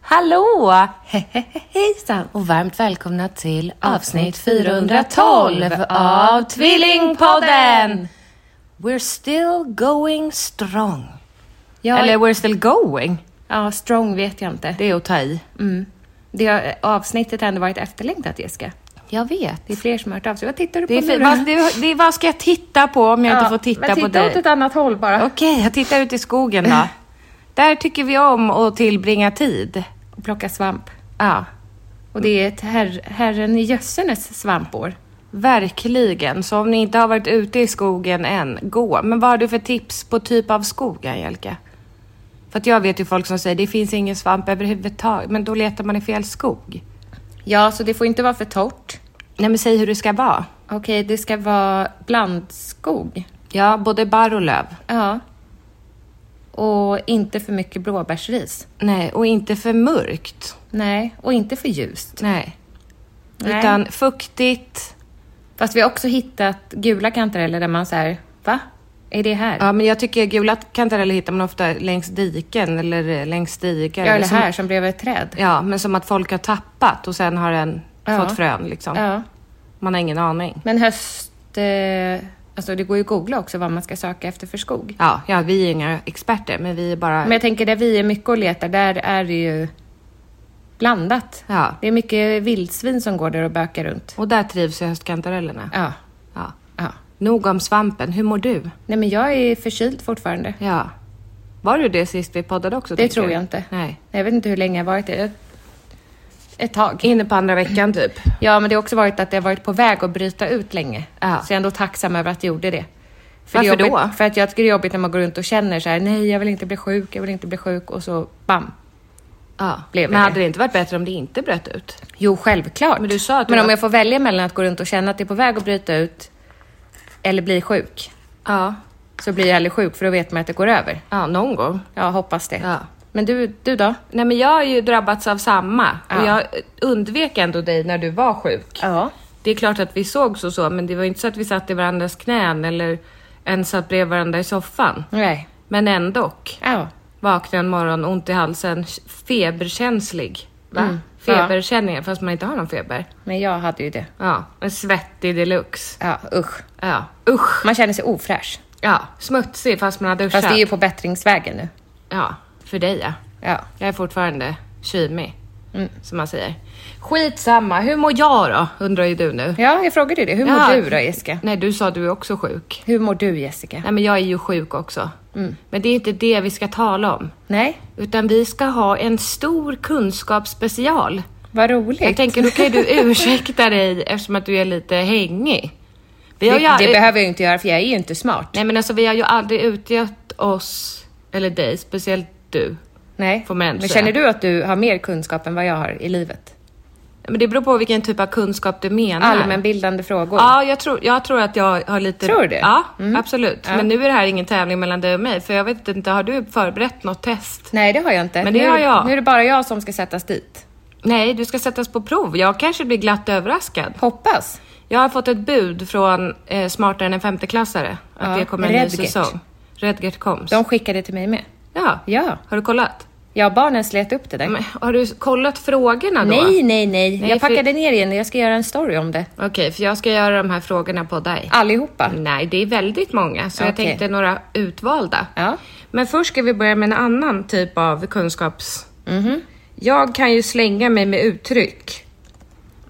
Hallå! Hejsan och varmt välkomna till avsnitt 412 av Tvillingpodden! We're still going strong. Ja, Eller we're still going. ja, strong vet jag inte. Det är att ta i. Mm. Det har, avsnittet har ändå varit efterlängtat, Jessica. Jag vet. Det är fler som har hört av sig. Vad tittar du på Det är nu för, då? vad, det, det, vad ska jag titta på om jag inte Ja, får titta, men på titta dig? åt ett annat håll bara. Okej, jag tittar ut i skogen då. Där tycker vi om att tillbringa tid. Och plocka svamp. Ja, Och det är ett herr, Herren i gössenes svampår. verkligen. Så om ni inte har varit ute i skogen än, gå. Men vad har du för tips på typ av skog, Angelica? För att jag vet ju folk som säger det finns ingen svamp överhuvudtaget, men då letar man i fel skog. Ja, så det får inte vara för torrt. Nej, men säg hur det ska vara. Okej, det ska vara blandskog. Ja, både barr och löv. Ja. Och inte för mycket blåbärsris. Nej, och inte för mörkt. Nej, och inte för ljust. Nej. Nej. Utan fuktigt. Fast vi har också hittat gula kantareller där man så här, va? Är det här? Ja, men jag tycker gula kantareller hittar man ofta längs diken eller eh, längs stigar. Ja, eller som- här som bredvid ett träd. Ja, men som att folk har tappat och sen har den Ja. fått frön liksom. Ja. Man har ingen aning. Men höst... Eh, alltså det går ju att googla också vad man ska söka efter för skog. Ja, ja, vi är inga experter, men vi är bara... Men jag tänker där vi är mycket och letar, där är det ju blandat. Ja, Det är mycket vildsvin som går där och bökar runt. och där trivs ju höstkantarellerna. Ja. Ja. ja. Nog om svampen, hur mår du? Nej men jag är förkyld fortfarande. Ja. Var du det sist vi poddade också? Det tänker tror du? jag inte. Nej. Jag vet inte hur länge jag har varit det. Ett, ett tag. Inne på andra veckan typ. Ja, men det har också varit att det har varit på väg att bryta ut länge. Ja. Så jag är ändå tacksam över att jag gjorde det. Varför det är jobbigt, då? För att jag tycker det är jobbigt när man går runt och känner så här, nej jag vill inte bli sjuk, jag vill inte bli sjuk och så bam. Ja. Blev men det. hade det inte varit bättre om det inte bröt ut? Jo, självklart. Men du sa att du Men om var- jag får välja mellan att gå runt och känna att det är på väg att bryta ut eller bli sjuk, Ja. så blir jag aldrig sjuk för då vet man att det går över. Ja, någon gång. Ja, hoppas det. Ja. Men du, du då? Nej, men jag har ju drabbats av samma. Och Ja. jag undvek ändå dig när du var sjuk. Ja. Det är klart att vi sågs och så, men det var inte så att vi satt i varandras knän eller ens satt bredvid varandra i soffan. Nej. Men ändå. Ja. Vaknade en morgon, ont i halsen, feberkänslig. Va? Mm, ja. Feberkänningar, fast man inte har någon feber. Men jag hade ju det. Ja, en svettig deluxe. Ja, usch. Ja, usch. Man känner sig ofräsch. Ja, smutsig fast man har duschat. Fast det är ju på bättringsvägen nu. Ja, för dig ja. Ja. Jag är fortfarande kymig, Mm. som man säger. Skitsamma, hur mår jag då? Undrar ju du nu. Ja, jag frågade ju det. Hur mår Ja. du då, Jessica? Nej, du sa du är också sjuk. Hur mår du, Jessica? Nej, men jag är ju sjuk också. Mm. Men det är inte det vi ska tala om. Nej, Utan vi ska ha en stor kunskapsspecial. vad roligt. Jag tänker, då kan ju du ursäkta dig eftersom att du är lite hängig. Vi har ju, det, det aldrig- behöver jag ju inte göra för jag är ju inte smart. nej men alltså vi har ju aldrig utgett oss, eller dig, speciellt du. Nej. Får man ändå Men säga. känner du att du har mer kunskap än vad jag har i livet? Men det beror på vilken typ av kunskap du menar. Allmänbildande frågor. Ja, jag tror, jag tror att jag har lite... Tror du det? Ja, absolut. Men nu är det här ingen tävling mellan dig och mig, för jag vet inte, har du förberett något test? Nej, det har jag inte. Men det nu, har jag. Nu är det bara jag som ska sättas dit. Nej, du ska sättas på prov. Jag kanske blir glatt överraskad. Hoppas. Jag har fått ett bud från eh, Smartare än en femteklassare att Ja, det kommer en ny Redgert. säsong. Redgert Koms. De skickade till mig med. Ja. Ja. Har du kollat? Ja, barnen slet upp det där. Men, har du kollat frågorna då? nej, nej, nej, Nej, Jag för- packade ner igen. Jag ska göra en story om det. Okej, för jag ska göra de här frågorna på dig. Allihopa. Nej, det är väldigt många, så jag Okej. tänkte några utvalda. Ja. Men först ska vi börja med en annan typ av kunskaps... Mhm. Jag kan ju slänga mig med uttryck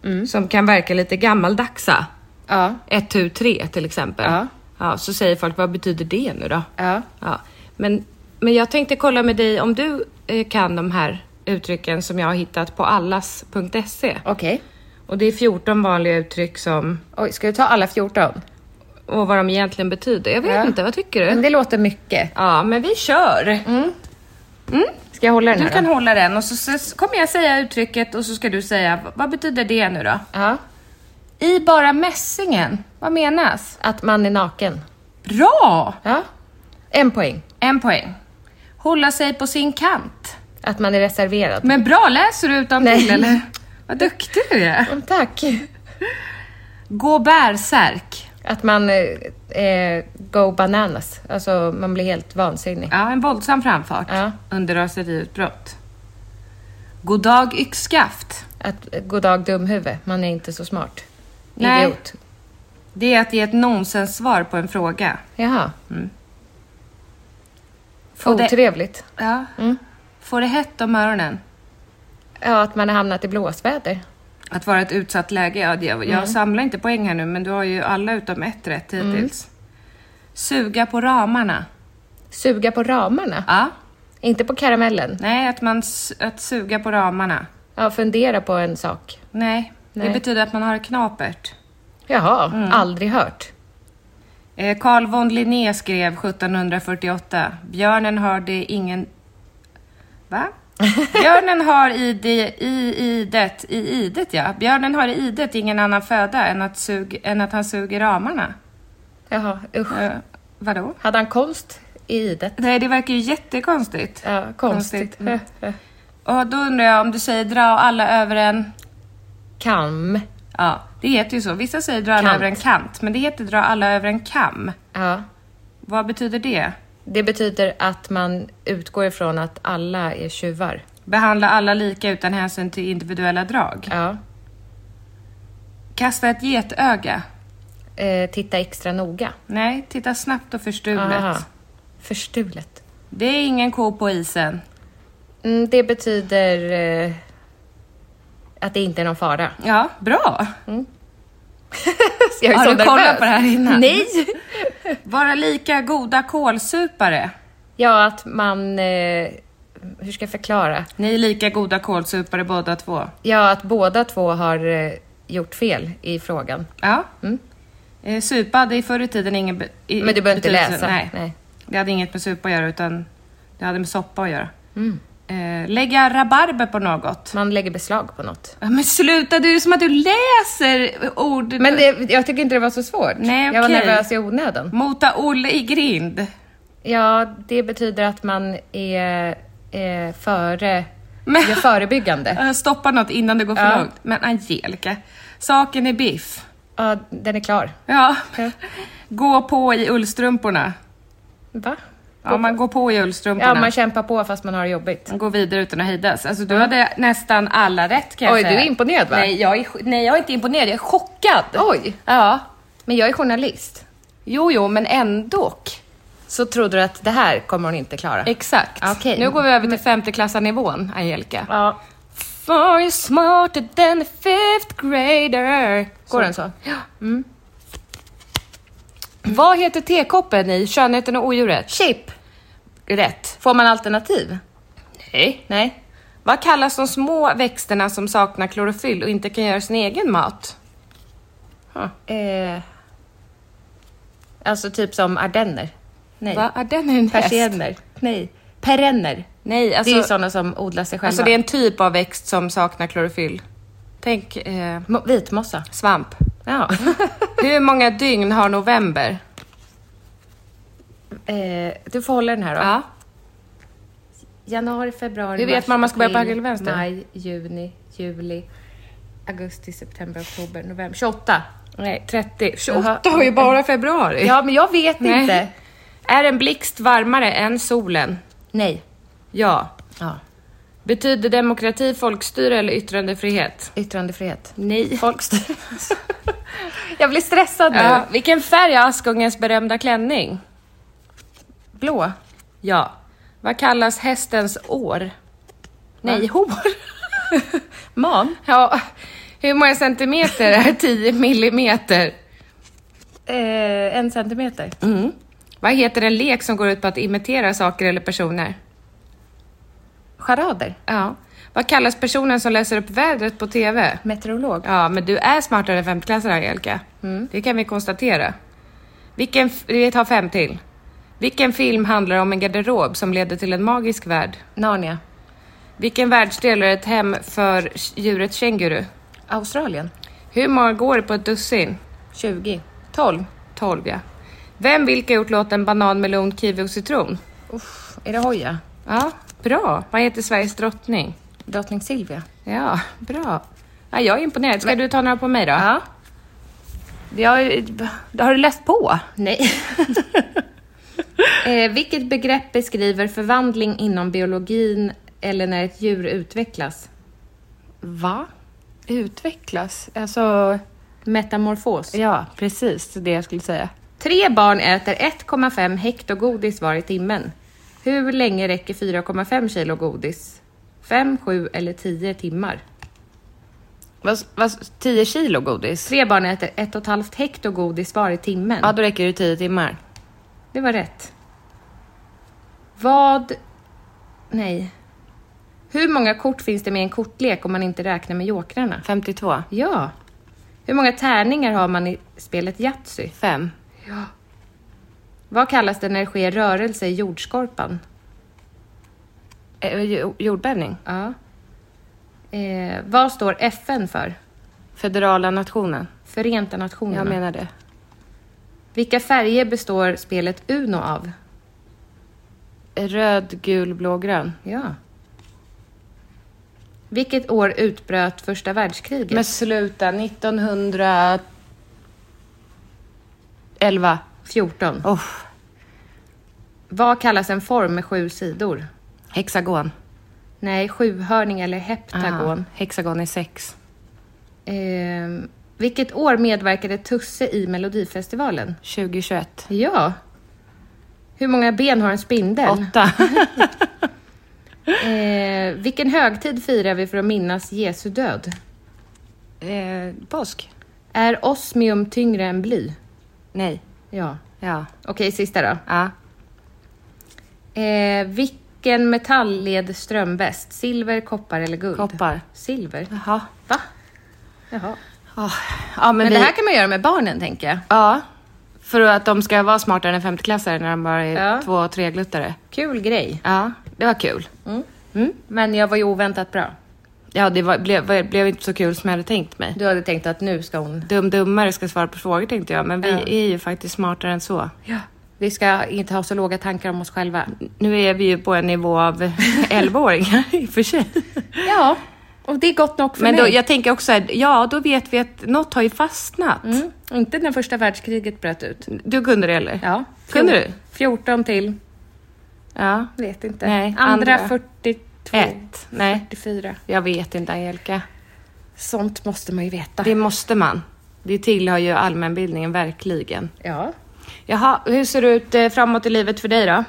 Mm. som kan verka lite gammaldagsa. Ja. Ett, tu, tre till exempel. Ja. ja. Så säger folk, vad betyder det nu då? Ja. Ja. Men, men jag tänkte kolla med dig om du eh, kan de här uttrycken som jag har hittat på allas.se. Okej. Och det är 14 vanliga uttryck som, Oj, ska du ta alla 14? och vad de egentligen betyder. Jag vet Ja. inte, vad tycker du? Men det låter mycket. Ja, men vi kör. Mm. Ska jag hålla den Du här kan då? hålla den och så, så kommer jag säga uttrycket och så ska du säga, "V- vad betyder det nu då? Ja. I bara mässingen, vad menas? Att man är naken. Bra! Ja. En poäng. En poäng. Hålla sig på sin kant. Att man är reserverad. Men bra, läser du utantill Nej. eller? Vad duktig du är. Mm, Tack. Gå bärsärk. Att man eh, eh, go bananas. Alltså man blir helt vansinnig. Ja, en våldsam framfart Ja. under raseriutbrott. God dag yxskaft. Att, eh, god dag dumhuvud, man är inte så smart. Nej. Idiot. Det är att ge ett nonsenssvar på en fråga. Jaha. Mm. Får det- Otrevligt. Ja. Mm. Får det hett om öronen? Ja, att man har hamnat i blåsväder. Att vara ett utsatt läge? Ja, det, jag Mm. samlar inte poäng här nu, men du har ju alla utom ett rätt hittills. Suga på ramarna? Suga på ramarna. Ja. Inte på karamellen. Nej, att, man, s- att suga på ramarna. Ja, fundera på en sak. Nej, det Nej. betyder att man har knapert. Jaha, Mm. aldrig hört. Eh, Carl von Linné skrev 1748. Björnen har det ingen... Va? Björnen har i, det, i idet, i idet ja. Björnen har i idet ingen annan föda än att, sug, än att han suger ramarna. Jaha, usch. Eh, vadå? Hade han konst i idet? Nej, det verkar ju jättekonstigt. Ja, konstigt. Konstigt. Mm. Och då undrar jag om du säger dra alla över en... Kam. Ja, det heter ju så. Vissa säger dra alla Kant. över en kant, men det heter dra alla över en kam. Ja. Vad betyder det? Det betyder att man utgår ifrån att alla är tjuvar. Behandla alla lika utan hänsyn till individuella drag. Ja. Kasta ett getöga. Eh, titta extra noga. Nej, titta snabbt och förstulet. Aha. Förstulet. Det är ingen ko på isen. Mm, det betyder eh, att det inte är någon fara. Ja, bra! Jag är Har så du kollat nervös. på det här innan? Nej! Vara lika goda kålsupare. Ja, att man... Eh, hur ska jag förklara? Ni är lika goda kålsupare båda två. Ja, att båda två har eh, gjort fel i frågan. Ja. Mm. Eh, Supa hade i förr i tiden ingen be- i- Men du behöver inte betydelse. läsa. Nej. Nej. Det hade inget med supa att göra utan det hade med soppa att göra. Mm. Eh, lägga rabarber på något. Man lägger beslag på något. Ja, Men sluta, det är ju som att du läser ord. Men det, jag tycker inte det var så svårt. Nej, Jag var okej. nervös i onödan. Mota Olle i grind. Ja, det betyder att man är, är före... Men- Gör förebyggande. Eh, Stoppa något innan det går för Ja. långt. Men Angelica, saken är biff. Ja, den är klar. Ja. Ja. Gå på i ullstrumporna. Va? Ja, man går på i ullstrumporna. Ja, man kämpar på fast man har det jobbigt. Gå vidare utan att hejdas. Alltså du hade nästan alla rätt kan jag Oj, säga. du är imponerad, va? Oh. Nej jag är, sk- nej, jag är inte imponerad. Jag är chockad. Oj! Ja. Men jag är journalist. Jo, jo, men ändå. Så trodde du att det här kommer hon inte klara? Exakt. Okej. Nu går vi över till femteklassarnivån, Angelica. Ja. For you're smarter than a fifth grader. Går den så? Ja. Vad heter tekoppen i Skönheten och odjuret? Chip! Rätt. Får man alternativ? Nej. Nej. Vad kallas de små växterna som saknar klorofyll och inte kan göra sin egen mat? Eh, alltså typ som ardenner? Nej. Va? Ah, den är en häst. Persienner? Nej. Perenner? Nej, det är alltså ju det, är sådana som odlar sig själva. alltså det är en typ av växt som saknar klorofyll. Tänk eh, Mo- Vitmossa? svamp. Ja. Hur många dygn har november? eh, du får hålla den här då. Ja. Januari, februari, Hur vet man om man ska börja på höger eller vänster? maj, juni, juli, augusti, september, oktober, november. 28! Nej, 30. 28 28 har ju bara februari. Ja, men jag vet Nej. inte. Är en blixt varmare än solen? Nej. Ja. Ja. Betyder demokrati folkstyre eller yttrandefrihet? Yttrandefrihet. Nej. Folkstyre. jag blir stressad nu. Ja, vilken färg har Askungens berömda klänning? Blå. Ja. Vad kallas hästens år? Nej, hår. Man. Ja. Hur många centimeter är 10 millimeter? Eh, en centimeter. Mm. Vad heter en lek som går ut på att imitera saker eller personer? Charader. Ja. Vad kallas personen som läser upp vädret på TV? Meteorolog. Ja, men du är smartare än femteklassare Angelica. Det kan vi konstatera. Vilken, f- vi tar fem till. Vilken film handlar om en garderob som leder till en magisk värld? Narnia. Vilken världsdel är ett hem för sh- djuret känguru? Australien. Hur många går det på ett dussin? 20. 12? 12 ja. Vem vilka gjort låten Banan, melon, kiwi och citron? Uff, är det Hoja? Ja, bra. Vad heter Sveriges drottning? Drottning Silvia. Ja, bra. Ja, jag är imponerad. Ska du ta några på mig då? Ja. Jag, har du läst på? Nej. eh, vilket begrepp beskriver förvandling inom biologin eller när ett djur utvecklas? Va? Utvecklas? Alltså, Metamorfos. ja, precis det jag skulle säga. Tre barn äter 1,5 hekto godis var i timmen. Hur länge räcker 4,5 kilo godis? 5, 7 eller 10 timmar? Vad, vad, 10 kilo godis? Tre barn äter 1,5 hekto godis var i timmen. Ja, då räcker det 10 timmar. Det var rätt. Vad... Nej. Hur många kort finns det med i en kortlek om man inte räknar med jokrarna? 52. Ja. Hur många tärningar har man i spelet Yatzy? 5. Vad kallas det när det sker rörelse i jordskorpan? Eh, jo- jordbävning. Ja. Eh, vad står FN för? Federala nationen. Förenta Nationerna. Jag menar det. Vilka färger består spelet Uno av? Röd, gul, blå, grön. Ja. Vilket år utbröt första världskriget? Men sluta, 1911. 14. Oh, Vad kallas en form med sju sidor? hexagon. Nej, sjuhörning eller heptagon. Ah, hexagon är sex. Ehm, vilket år medverkade Tusse i Melodifestivalen? 2021. Ja. Hur många ben har en spindel? Åtta. Eh, vilken högtid firar vi för att minnas Jesu död? eh, påsk? Är osmium tyngre än bly? Nej. Ja. Ja. Okej, sista då. Ja. Eh, vilken metall leder ström bäst? Silver, koppar eller guld? Koppar. Silver? Jaha. Va? Jaha. Ah. Ja, men, Men, vi... det här kan man göra med barnen, tänker jag. Ja. För att de ska vara smartare än femteklassare när de bara är Ja. två och tregluttare. Kul grej. Ja, det var kul. Mm. Men jag var ju oväntat bra. Ja, det var, blev, var- blev inte så kul som jag hade tänkt mig. Du hade tänkt att nu ska hon... Dum-dummare ska svara på frågor tänkte jag, men vi Ja. är ju faktiskt smartare än så. Ja. Vi ska inte ha så låga tankar om oss själva. Nu är vi ju på en nivå av 11-åringar i och för sig. Ja, och det är gott nog för Men mig. då, jag tänker också här, ja då vet vi att något har ju fastnat. Mm. Inte när första världskriget bröt ut. Du kunde det eller? Ja. Kunde du? 14 till, Ja. vet inte. Nej, andra, andra. 42, Ett. Nej, 44. jag vet inte Angelica. Sånt måste man ju veta. Det måste man. Det tillhör ju allmänbildningen verkligen. Ja. Jaha, hur ser det ut eh, framåt i livet för dig då?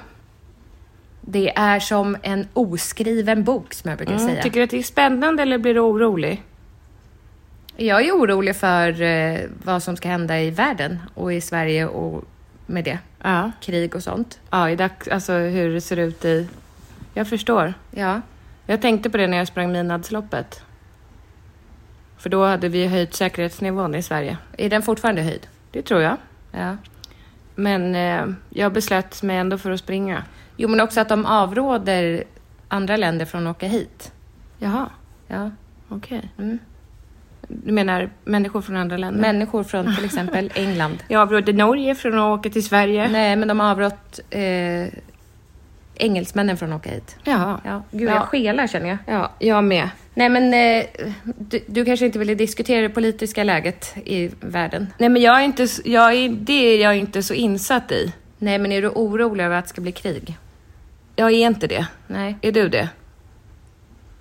Det är som en oskriven bok som jag brukar säga. Mm. Tycker du att det är spännande eller blir du orolig? Jag är orolig för eh, vad som ska hända i världen och i Sverige och med det. Ja. Krig och sånt. Ja, i dags, alltså hur det ser ut i... Jag förstår. Ja. Jag tänkte på det när jag sprang midnattsloppet. För då hade vi höjt säkerhetsnivån i Sverige. Är den fortfarande höjd? Det tror jag. Ja. Men eh, jag beslöt mig ändå för att springa. Jo, men också att de avråder andra länder från att åka hit. Jaha, Ja. okej. Mm. Du menar människor från andra länder? Människor från till exempel England. jag avrådde Norge från att åka till Sverige. Nej, men de har avrått eh, engelsmännen från att åka hit. Jaha. Ja. Gud, Ja. jag skelar känner jag. Ja, jag med. Nej, men eh, du, du kanske inte ville diskutera det politiska läget i världen. Nej, men jag är inte, s- jag är, det är jag inte så insatt i. Nej, men är du orolig över att det ska bli krig? Jag är inte det. Nej. Är du det?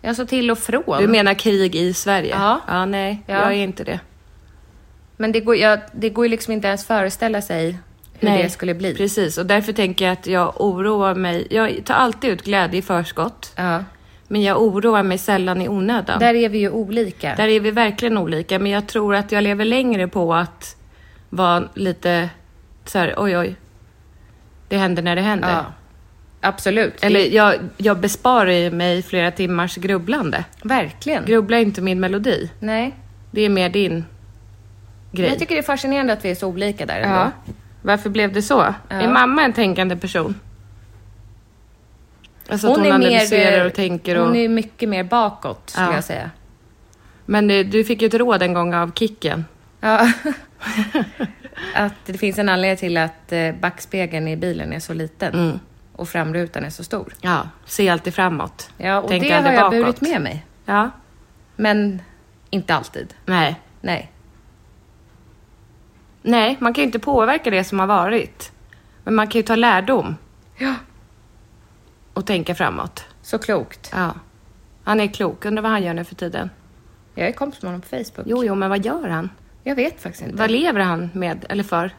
Jag sa till och från. Du menar krig i Sverige? Ja. Ja, nej, Ja. jag är inte det. Men det går, jag, det går ju liksom inte ens föreställa sig hur Nej. det skulle bli. Precis, och därför tänker jag att jag oroar mig. Jag tar alltid ut glädje i förskott, Ja. men jag oroar mig sällan i onödan. Där är vi ju olika. Där är vi verkligen olika, men jag tror att jag lever längre på att vara lite så här, oj, oj. Det händer när det händer. ja. Absolut. Eller jag, jag besparar ju mig flera timmars grubblande. Verkligen. Grubbla inte min melodi. Nej. Det är mer din grej. Jag tycker det är fascinerande att vi är så olika där ändå. ja. Alltså Varför blev det så? Är mamma en tänkande person? Alltså att hon, eh, analyserar och tänker och... eh, Hon är ju mycket mer bakåt, skulle Ja. jag säga. Men eh, du fick ju ett råd en gång av Kicken. Ja. att det finns en anledning till att eh, backspegeln i bilen är så liten Mm. och framrutan är så stor. Ja. Se alltid framåt. Ja, och Tänk det har aldrig jag bakåt. burit med mig. Ja. Men inte alltid. Nej. Nej. Nej, man kan ju inte påverka det som har varit. Men man kan ju ta lärdom Ja. och tänka framåt. Så klokt. Ja. Han är klok. Undrar vad han gör nu för tiden. Jag är kompis med honom på Facebook. Jo, jo, men vad gör han? Jag vet faktiskt inte. Vad lever han med, eller för?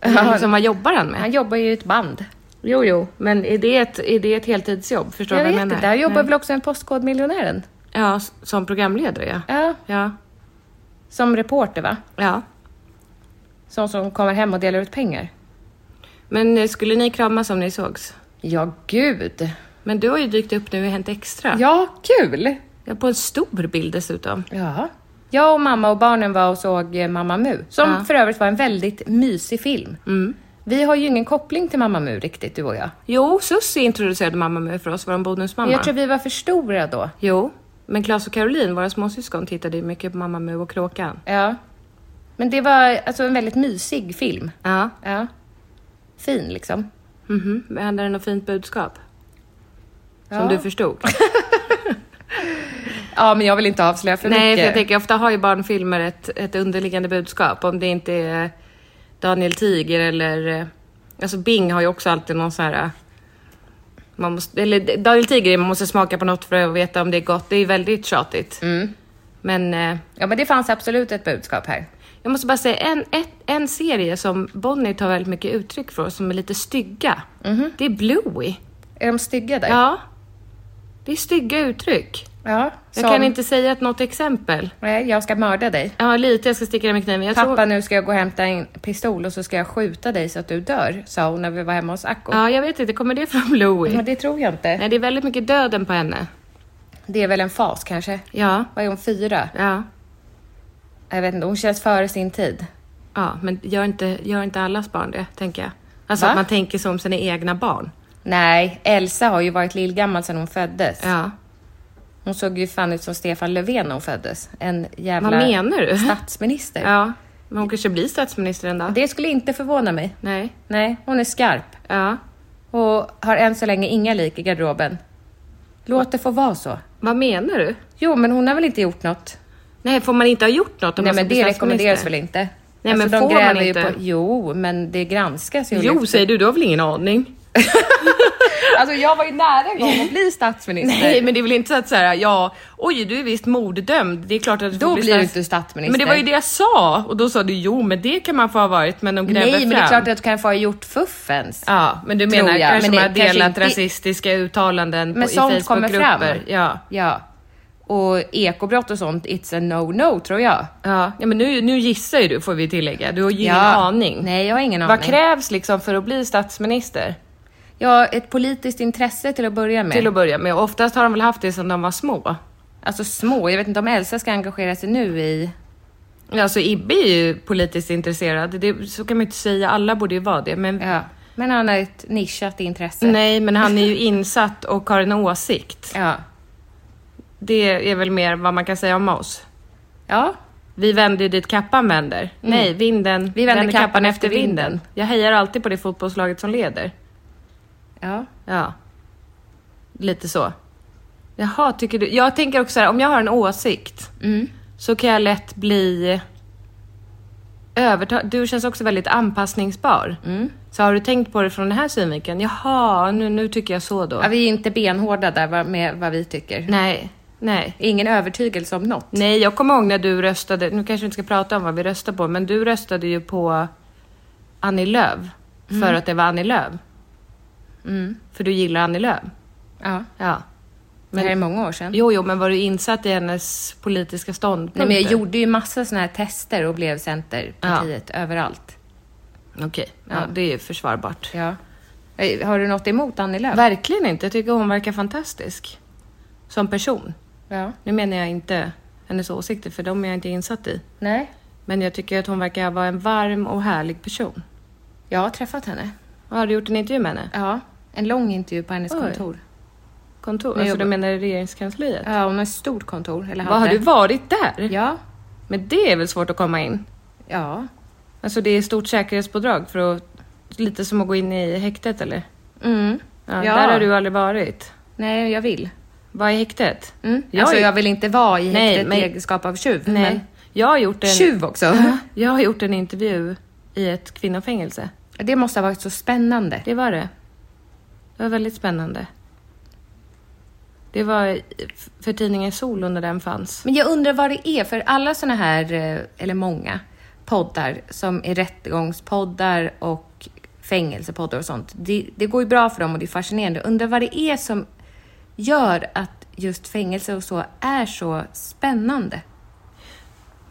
Eller liksom, vad jobbar han med? Han jobbar ju i ett band. Jo, jo, men är det ett, är det ett heltidsjobb? Förstår du jag Mm. vad jag vet menar? Mm. inte. Där jobbar Nej. väl också en Postkodmiljonären? Ja, s- som programledare ja. Ja. Ja. Som reporter va? ja. Sån som kommer hem och delar ut pengar. Men eh, skulle ni kramas om ni sågs? Ja, gud. Men du har ju dykt upp nu i Hänt Extra. Ja, kul. Ja, På en stor bild dessutom. Ja. Jag och mamma och barnen var och såg eh, Mamma Mu, som Ja. för övrigt var en väldigt mysig film. Mm. Vi har ju ingen koppling till Mamma Mu riktigt, du och jag. Jo, Sussi introducerade mamma mig för oss, vår bonusmamma. Jag tror vi var för stora då. Jo, men Klas och Caroline, våra småsyskon, tittade ju mycket på Mamma Mu och Kråkan. Ja. Men det var alltså en väldigt mysig film. Ja. Ja. Fin liksom. Mhm. Men hade den något fint budskap? Ja. Som du förstod? Ja, men jag vill inte avslöja för Nej, för jag mycket. tänker ofta har ju barnfilmer ett, ett underliggande budskap. Om det inte är Daniel Tiger eller... eh, Alltså Bing har ju också alltid någon sån här... eh, Man måste, eller Daniel Tiger är man måste smaka på något för att veta om det är gott. Det är ju väldigt tjatigt. Mm. Men eh, Ja, men det fanns absolut ett budskap här. jag måste bara säga en, ett, en serie som Bonnie tar väldigt mycket uttryck för som är lite stygga. Mhm. Det är Bluey. Är de stygga där? Ja. Det är stygga uttryck. ja Jag som- kan inte säga ett, något exempel. Nej, jag ska mörda dig. Ja, lite. Jag ska sticka dig med kniven. Jag tror- Pappa, nu ska jag gå och hämta en pistol och så ska jag skjuta dig så att du dör, sa hon när vi var hemma hos Acko. Ja, jag vet inte. Kommer det från Louis? Men det tror jag inte. Nej, det är väldigt mycket döden på henne. Det är väl en fas kanske? Ja, Vad är hon, fyra? ja, Jag vet inte, hon känns före sin tid. ja, men gör inte, gör inte allas barn det, tänker jag. Alltså Va? att man tänker som sina egna barn. Nej, Elsa har ju varit lillgammal sedan hon föddes. Ja. Hon såg ju fan ut som Stefan Löfven när hon föddes. En jävla Vad menar du? statsminister. Ja, men hon kanske blir statsminister en dag. Det skulle inte förvåna mig. Nej, Nej, hon är skarp. ja. Och har än så länge inga lik i garderoben. Låt det få vara så. Vad menar du? Jo, men hon har väl inte gjort något? Nej, får man inte ha gjort något om Nej, man ska men bli det statsminister? rekommenderas väl inte? Alltså, Nej, men får de man gräver ju inte? På, jo, men det granskas ju. Jo, säger du. Du har väl ingen aning? Alltså, jag var ju nära en gång att bli statsminister. Nej, men det är väl inte så att säga, ja, oj, du är visst morddömd. Det är klart att du Då får blir du stats- inte statsminister. Men det var ju det jag sa och då sa du jo, men det kan man få ha varit, men de gräver Nej, fram. men det är klart att du kan få ha gjort fuffens. Ja, men du Tror menar jag, kanske men det man har kanske delat inte- rasistiska uttalanden på, Men i sånt kommer fram. Facebookgrupper? Ja. Ja. Och ekobrott och sånt, it's a no-no tror jag. ja. Ja, men nu, nu gissar ju du får vi tillägga. Du har ju ingen aning. Nej, jag har ingen Vad aning. krävs liksom för att bli statsminister? ja, ett politiskt intresse till att börja med. Till att börja med. Och Oftast har de väl haft det sedan de var små. Alltså små, jag vet inte om Elsa ska engagera sig nu i... Alltså Ibbe är ju politiskt intresserad. Det, så kan man ju inte säga. Alla borde ju vara det. Men Ja. Men han har ett nischat intresse. nej, men han är ju insatt och har en åsikt. Ja. Det är väl mer vad man kan säga om oss. Ja. Vi vänder ju dit kappan vänder. Nej, vinden Mm. Vi vänder kappan efter vinden. Jag hejar alltid på det fotbollslaget som leder. Ja. Ja. Lite så. Jaha, tycker du? Jag tänker också så här, om jag har en åsikt Mm. så kan jag lätt bli övertag... Du känns också väldigt anpassningsbar. Mm. Så har du tänkt på det från den här synvinkeln? Jaha, nu, nu tycker jag så då. ja. Vi är inte benhårda där va- med vad vi tycker. Nej, nej. Ingen övertygelse om något. Nej, jag kommer ihåg när du röstade, nu kanske vi inte ska prata om vad vi röstade på, men du röstade ju på Annie Lööf för Mm. att det var Annie Lööf. För du gillar Annie Lööf. Ja. Ja. Men det här är många år sedan. Jo, jo, men var du insatt i hennes politiska ståndpunkter? Nej, men jag gjorde ju massa såna här tester och blev Centerpartiet överallt. Okej, ja, det är ju försvarbart. Ja. Eh, Har du något emot Annie Lööf? Verkligen inte. Jag tycker hon verkar fantastisk. Som person. Ja. Nu menar jag inte hennes åsikter, för de är jag inte insatt i. Nej. Men jag tycker att hon verkar vara en varm och härlig person. Jag har träffat henne. Har du gjort en intervju med henne? Ja. En lång intervju på hennes Oj. kontor. Kontor? Nej, Alltså du jag bara- menar i regeringskansliet? Ja, hon har ett stort kontor. Eller Vad har hade. du varit där? Ja. Men det är väl svårt att komma in? Ja. Alltså det är stort säkerhetspådrag för att... Lite som att gå in i häktet eller? Mm. Ja, Där har du aldrig varit. Nej, jag vill. Vad är häktet? Mm. Jag alltså, är- jag vill inte vara i Nej, häktet men- i egenskap av tjuv. Nej. Jag har gjort en... Men... Tjuv också? Jag har gjort en intervju i ett kvinnofängelse. Det måste ha varit så spännande. Det var det. Det var väldigt spännande. Det var i- f- för tidningen Solon när den fanns. Men jag undrar vad det är, för alla såna här, eh, eller många, poddar som är rättegångspoddar och fängelsepoddar och sånt. Det, det går ju bra för dem och det är fascinerande. Undrar vad det är som gör att just fängelse och så är så spännande.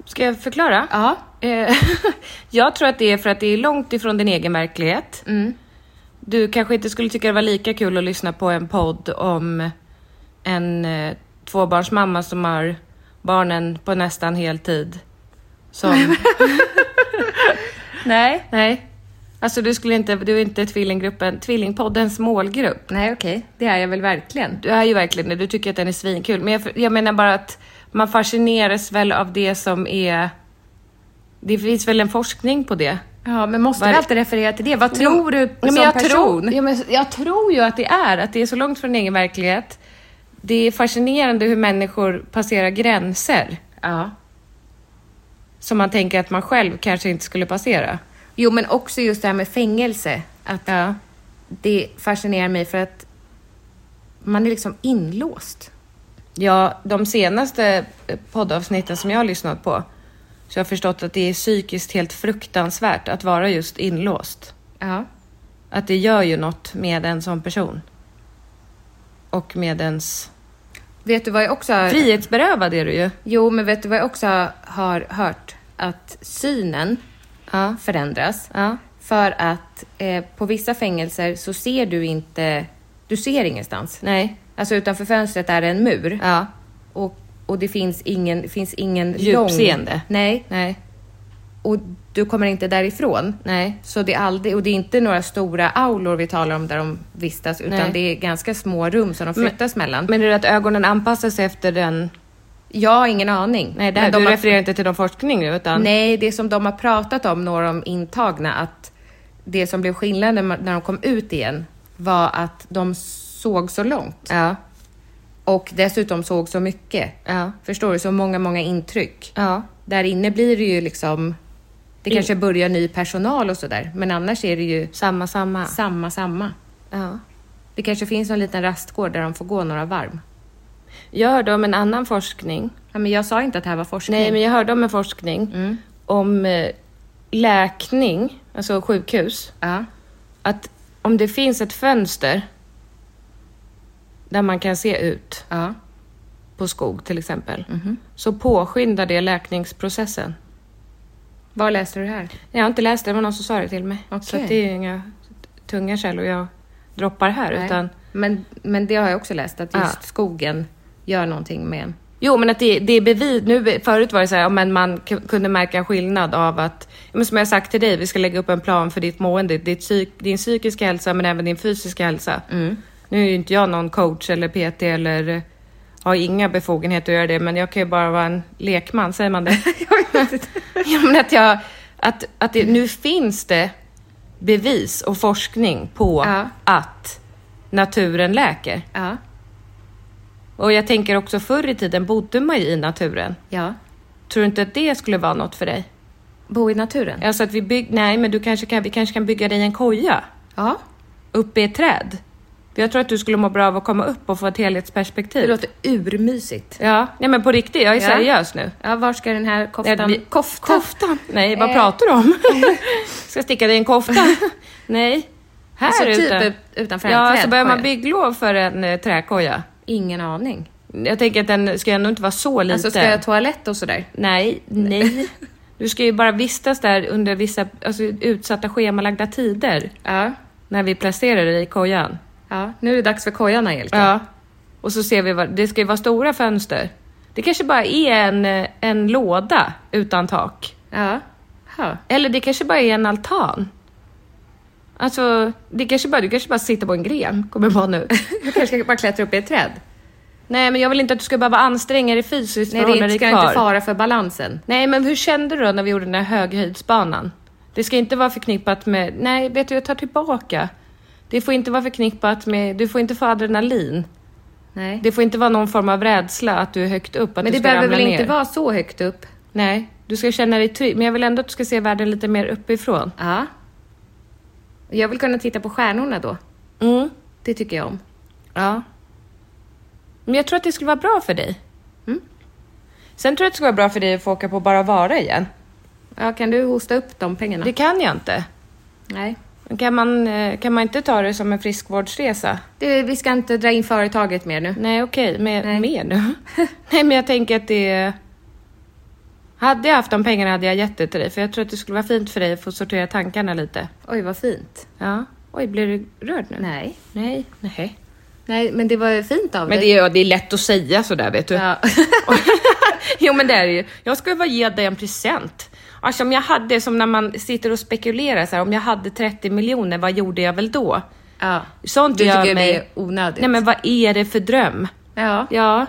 Ska jag förklara? Ja. Eh, jag tror att det är för att det är långt ifrån din egen verklighet. Mm. Du kanske inte skulle tycka det var lika kul att lyssna på en podd om en eh, tvåbarnsmamma som har barnen på nästan heltid. Som, Nej. nej, alltså du skulle inte, du är inte tvillinggruppen, tvillingpoddens målgrupp. Nej, okej. Det är jag väl verkligen. Du är ju verkligen det, du tycker att den är svinkul. Men jag, jag menar bara att man fascineras väl av det som är, det finns väl en forskning på det. Ja, men måste vi Var- alltid referera till det? Vad tror du Ja, som men jag person? Tror, ja, men jag tror ju att det är, att det är så långt från egen verklighet. Det är fascinerande hur människor passerar gränser Ja. som man tänker att man själv kanske inte skulle passera. Jo, men också just det här med fängelse. Att Ja. det fascinerar mig för att man är liksom inlåst. ja, de senaste poddavsnitten som jag har lyssnat på så jag har förstått att det är psykiskt helt fruktansvärt att vara just inlåst. Ja. Att det gör ju något med en som person. Och med ens... Vet du vad jag också har... Frihetsberövad är du ju. Jo, men vet du vad jag också har hört? Att synen Ja. förändras. Ja. För att eh, på vissa fängelser så ser du inte... Du ser ingenstans. Nej. Alltså utanför fönstret är det en mur. Ja. Och, och det finns ingen, finns ingen Djupseende. lång... Nej. Nej. Och du kommer inte därifrån. Nej. Så det är aldrig, och det är inte några stora aulor vi talar om där de vistas, utan Nej. det är ganska små rum som de flyttas mellan. Men är det att ögonen anpassas efter den... jag har ingen aning. Nej, där, Men de du har, refererar inte till någon forskning nu utan... nej, det som de har pratat om, några om intagna, att det som blev skillnaden ma- när de kom ut igen var att de såg så långt Ja. och dessutom såg så mycket. Ja. Förstår du? Så många, många intryck. Ja. Där inne blir det ju liksom, det In- kanske börjar ny personal och sådär, men annars är det ju Samma, samma. samma, samma. Ja. Det kanske finns någon liten rastgård där de får gå några varv. Jag hörde om en annan forskning. Ja, men jag sa inte att det här var forskning. Mm. Nej, men jag hörde om en forskning om eh, läkning, alltså sjukhus. ja. Att om det finns ett fönster där man kan se ut Ja. Mhm. på skog till exempel, så påskyndar det läkningsprocessen. Var läste du det här? Jag har inte läst det, det var någon som sa det till mig. Så Okej. att det är ju inga tunga källor jag droppar här. Utan, Nej. Men, men det har jag också läst, att just Ja. skogen gör någonting med en. Jo, men att det, det är bevis. Nu, förut var det så här, ja, men man k- kunde märka en skillnad av att, ja, men som jag sagt till dig, vi ska lägga upp en plan för ditt mående, ditt psyk, din psykiska hälsa men även din fysiska hälsa. Nu är ju inte jag någon coach eller PT eller har inga befogenheter att göra det, men jag kan ju bara vara en lekman, säger man det? ja, men att jag, att, att det, nu finns det bevis och forskning på Ja. att naturen läker. Ja. Och jag tänker också förr i tiden bodde man ju i naturen. ja. Tror du inte att det skulle vara något för dig? Bo i naturen? Alltså att vi bygger, nej men du kanske kan, vi kanske kan bygga dig en koja Ja. uppe i ett träd. För jag tror att du skulle må bra av att komma upp och få ett Det helhetsperspektiv. låter urmysigt. Ja, nej men på riktigt, jag är Ja. seriös nu. Ja, var ska den här koftan... Nej, vi- Koftan? Koftan? Nej, vad Eh. pratar du om? Ska sticka dig i en kofta? nej. Här Alltså typ ute. ut- utanför en Ja, så trädkoja. behöver man bygglov för en eh, träkoja. Ingen aning. Jag tänker att den ska ändå inte vara så liten. Alltså ska jag ha toalett och sådär? Nej, nej. Du ska ju bara vistas där under vissa alltså, utsatta schemalagda tider Ja. när vi placerar dig i kojan. Ja, nu är det dags för kojan Angelica. Ja. Och så ser vi, vad, det ska ju vara stora fönster. Det kanske bara är en, eh, en låda utan tak. Ja. Ja. Eller det kanske bara är en altan. Alltså, det kanske bara, du kanske bara sitter på en gren, kommer jag på nu. Du kanske ska bara klättra upp i ett träd? Nej, men jag vill inte att du ska behöva anstränga dig fysiskt Nej, för att hålla det dig ska kvar. inte fara för balansen. Nej, men hur kände du då när vi gjorde den här höghöjdsbanan? Det ska inte vara förknippat med, nej, vet du, jag tar tillbaka. Det får inte vara förknippat med, du får inte få adrenalin. Nej. Det får inte vara någon form av rädsla att du är högt upp, att men du det ska behöver ramla väl ner. inte vara så högt upp? Nej, du ska känna dig trygg, men jag vill ändå att du ska se världen lite mer uppifrån. Ja. Jag Mm. vill kunna titta på stjärnorna då. Mm. Det tycker jag om. Ja. Men jag tror att det skulle vara bra för dig. Mm. Sen tror jag att det skulle vara bra för dig att få åka på Bara Vara igen. Ja, kan du hosta upp de pengarna? Det kan jag inte. Nej. Kan man, eh, kan man inte ta det som en friskvårdsresa? Du, vi ska inte dra in företaget mer nu. Nej, okej. Mer, Nej. mer nu? Nej, men jag tänker att det... Hade jag haft de pengarna hade jag gett det till dig, för jag tror att det skulle vara fint för dig att få sortera tankarna lite. Oj, vad fint. Ja. Oj, blir du rörd nu? Nej. Nej. Nej. Nej, men det var fint av Men det dig. är, ja, det är lätt att säga sådär, vet du. Ja. jo, men det är det ju. Jag skulle bara ge dig en present. Alltså, om jag hade, som när man sitter och spekulerar så här, om jag hade 30 miljoner, vad gjorde jag väl då? ja. Sånt Du gör tycker mig... det är onödigt? Nej, men vad är det för dröm? Ja. Ja.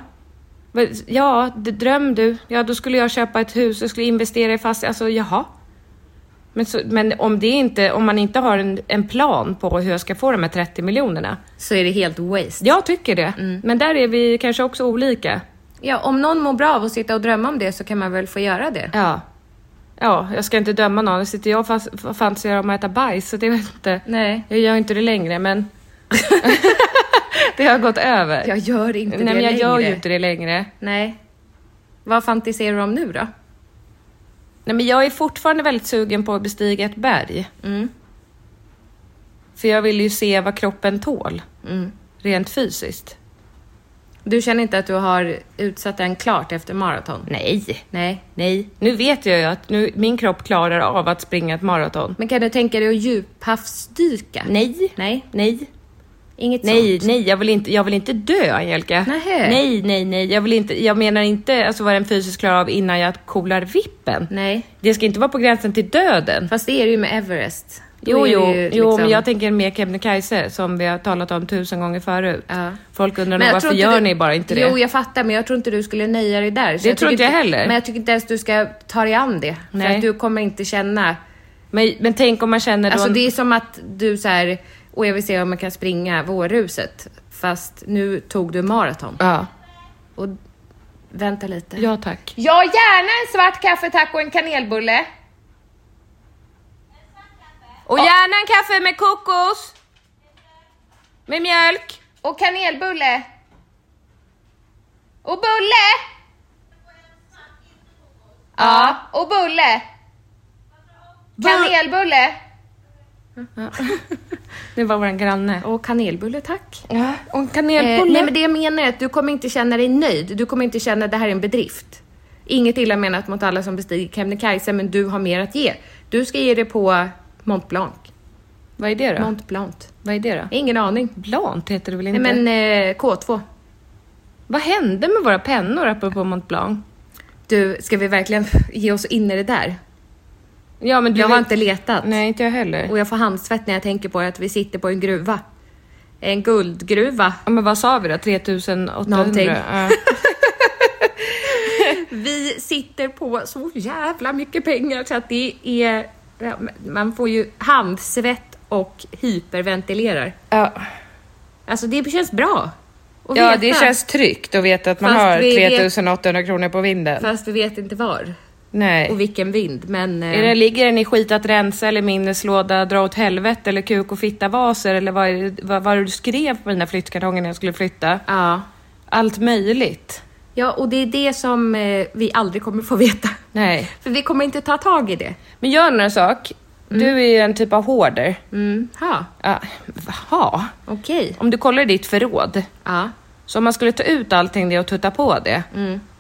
Men- Ja, d- dröm du. Ja, då skulle jag köpa ett hus och skulle investera i fast... Alltså, jaha. Men, så, men om, det inte, om man inte har en, en plan på hur jag ska få de här 30 miljonerna. Så är det helt waste. Jag tycker det. Mm. Men där är vi kanske också olika. Ja, om någon mår bra av att sitta och drömma om det så kan man väl få göra det. Ja. Ja, jag ska inte döma någon. Nu sitter jag och fas- fantiserar om att äta bajs, så det vet jag inte. Nej. Jag gör inte det längre, men... det har gått över. Jag gör inte Nej, det men jag längre. gör ju inte det längre. Nej. Vad fantiserar du om nu då? Nej, men jag är fortfarande väldigt sugen på att bestiga ett berg. För jag vill ju se vad kroppen tål. Rent fysiskt. Mm. Du känner inte att du har utsatt den klart efter maraton? Nej. Nej. Nej. Nu vet jag ju att nu, min kropp klarar av att springa ett maraton. Men kan du tänka dig att djuphavsdyka? Nej. Nej. Nej. Inget Nej, sånt? nej, jag vill inte, jag vill inte dö Angelica. Nähä. Nej, nej, nej, jag vill inte, jag menar inte alltså vad den fysiskt klarar av innan jag kolar vippen. Nej. Det ska inte vara på gränsen till döden. Fast det är det ju med Everest. Då Jo, är det jo, ju jo, liksom- men jag tänker mer Kebnekaise som vi har talat om tusen gånger förut. Ja. Folk undrar Men nog jag varför tror inte gör du- ni bara inte det? Jo, jag fattar, men jag tror inte du skulle nöja dig där. Så Det tror tycker inte jag heller. Men jag tycker inte ens du ska ta dig an det. Nej. För att du kommer inte känna... men, men tänk om man känner då... Alltså en- det är som att du så här, och jag vill se om man kan springa vårruset. Fast nu tog du maraton. Ja. Och vänta lite. ja, tack. Ja, gärna en svart kaffe tack och en kanelbulle. Och gärna en kaffe med kokos! Med mjölk! Och kanelbulle. Och bulle! Ja, och bulle. Kanelbulle. Det var vår granne. Och kanelbulle tack. Ja, och en Eh, kanelbulle. nej men det jag menar är att du kommer inte känna dig nöjd. Du kommer inte känna att det här är en bedrift. Inget illa menat mot alla som bestiger Kebnekaise men du har mer att ge. Du ska ge dig på Mont Blanc. Vad är det då? Mont Blanc. Vad är det då? Ingen aning. Blant heter det väl inte? Nej men eh, K2. Vad hände med våra pennor apropå Mont Blanc? Du, ska vi verkligen ge oss in i det där? Ja, men du Jag har vet- inte letat. Nej, inte jag heller. Och jag får handsvett när jag tänker på att vi sitter på en gruva. En guldgruva. Ja, men vad sa vi då? 3800? Någonting. Ja. Vi sitter på så jävla mycket pengar så att det är... Man får ju handsvett och hyperventilerar. Ja. Alltså det känns bra att Ja, veta, det känns tryggt att veta att man Fast har vi vet- 3800 kronor på vinden. Fast vi vet inte var Nej. och vilken vind, men... eh, Är den, ligger den i skit att rensa eller minneslåda, dra åt helvete eller kuk och fitta vaser eller vad, är det- vad, vad du skrev på mina flyttkartonger när jag skulle flytta? Ja. Allt möjligt. ja, och det är det som eh, vi aldrig kommer få veta. Nej. För vi kommer inte ta tag i det. Men gör en sak. Du är ju en typ av hoarder. Mm. Ja, Ja, Jaha. okej. Om du kollar i ditt förråd. Ja. mm. Så om man skulle ta ut allting det och tutta på det.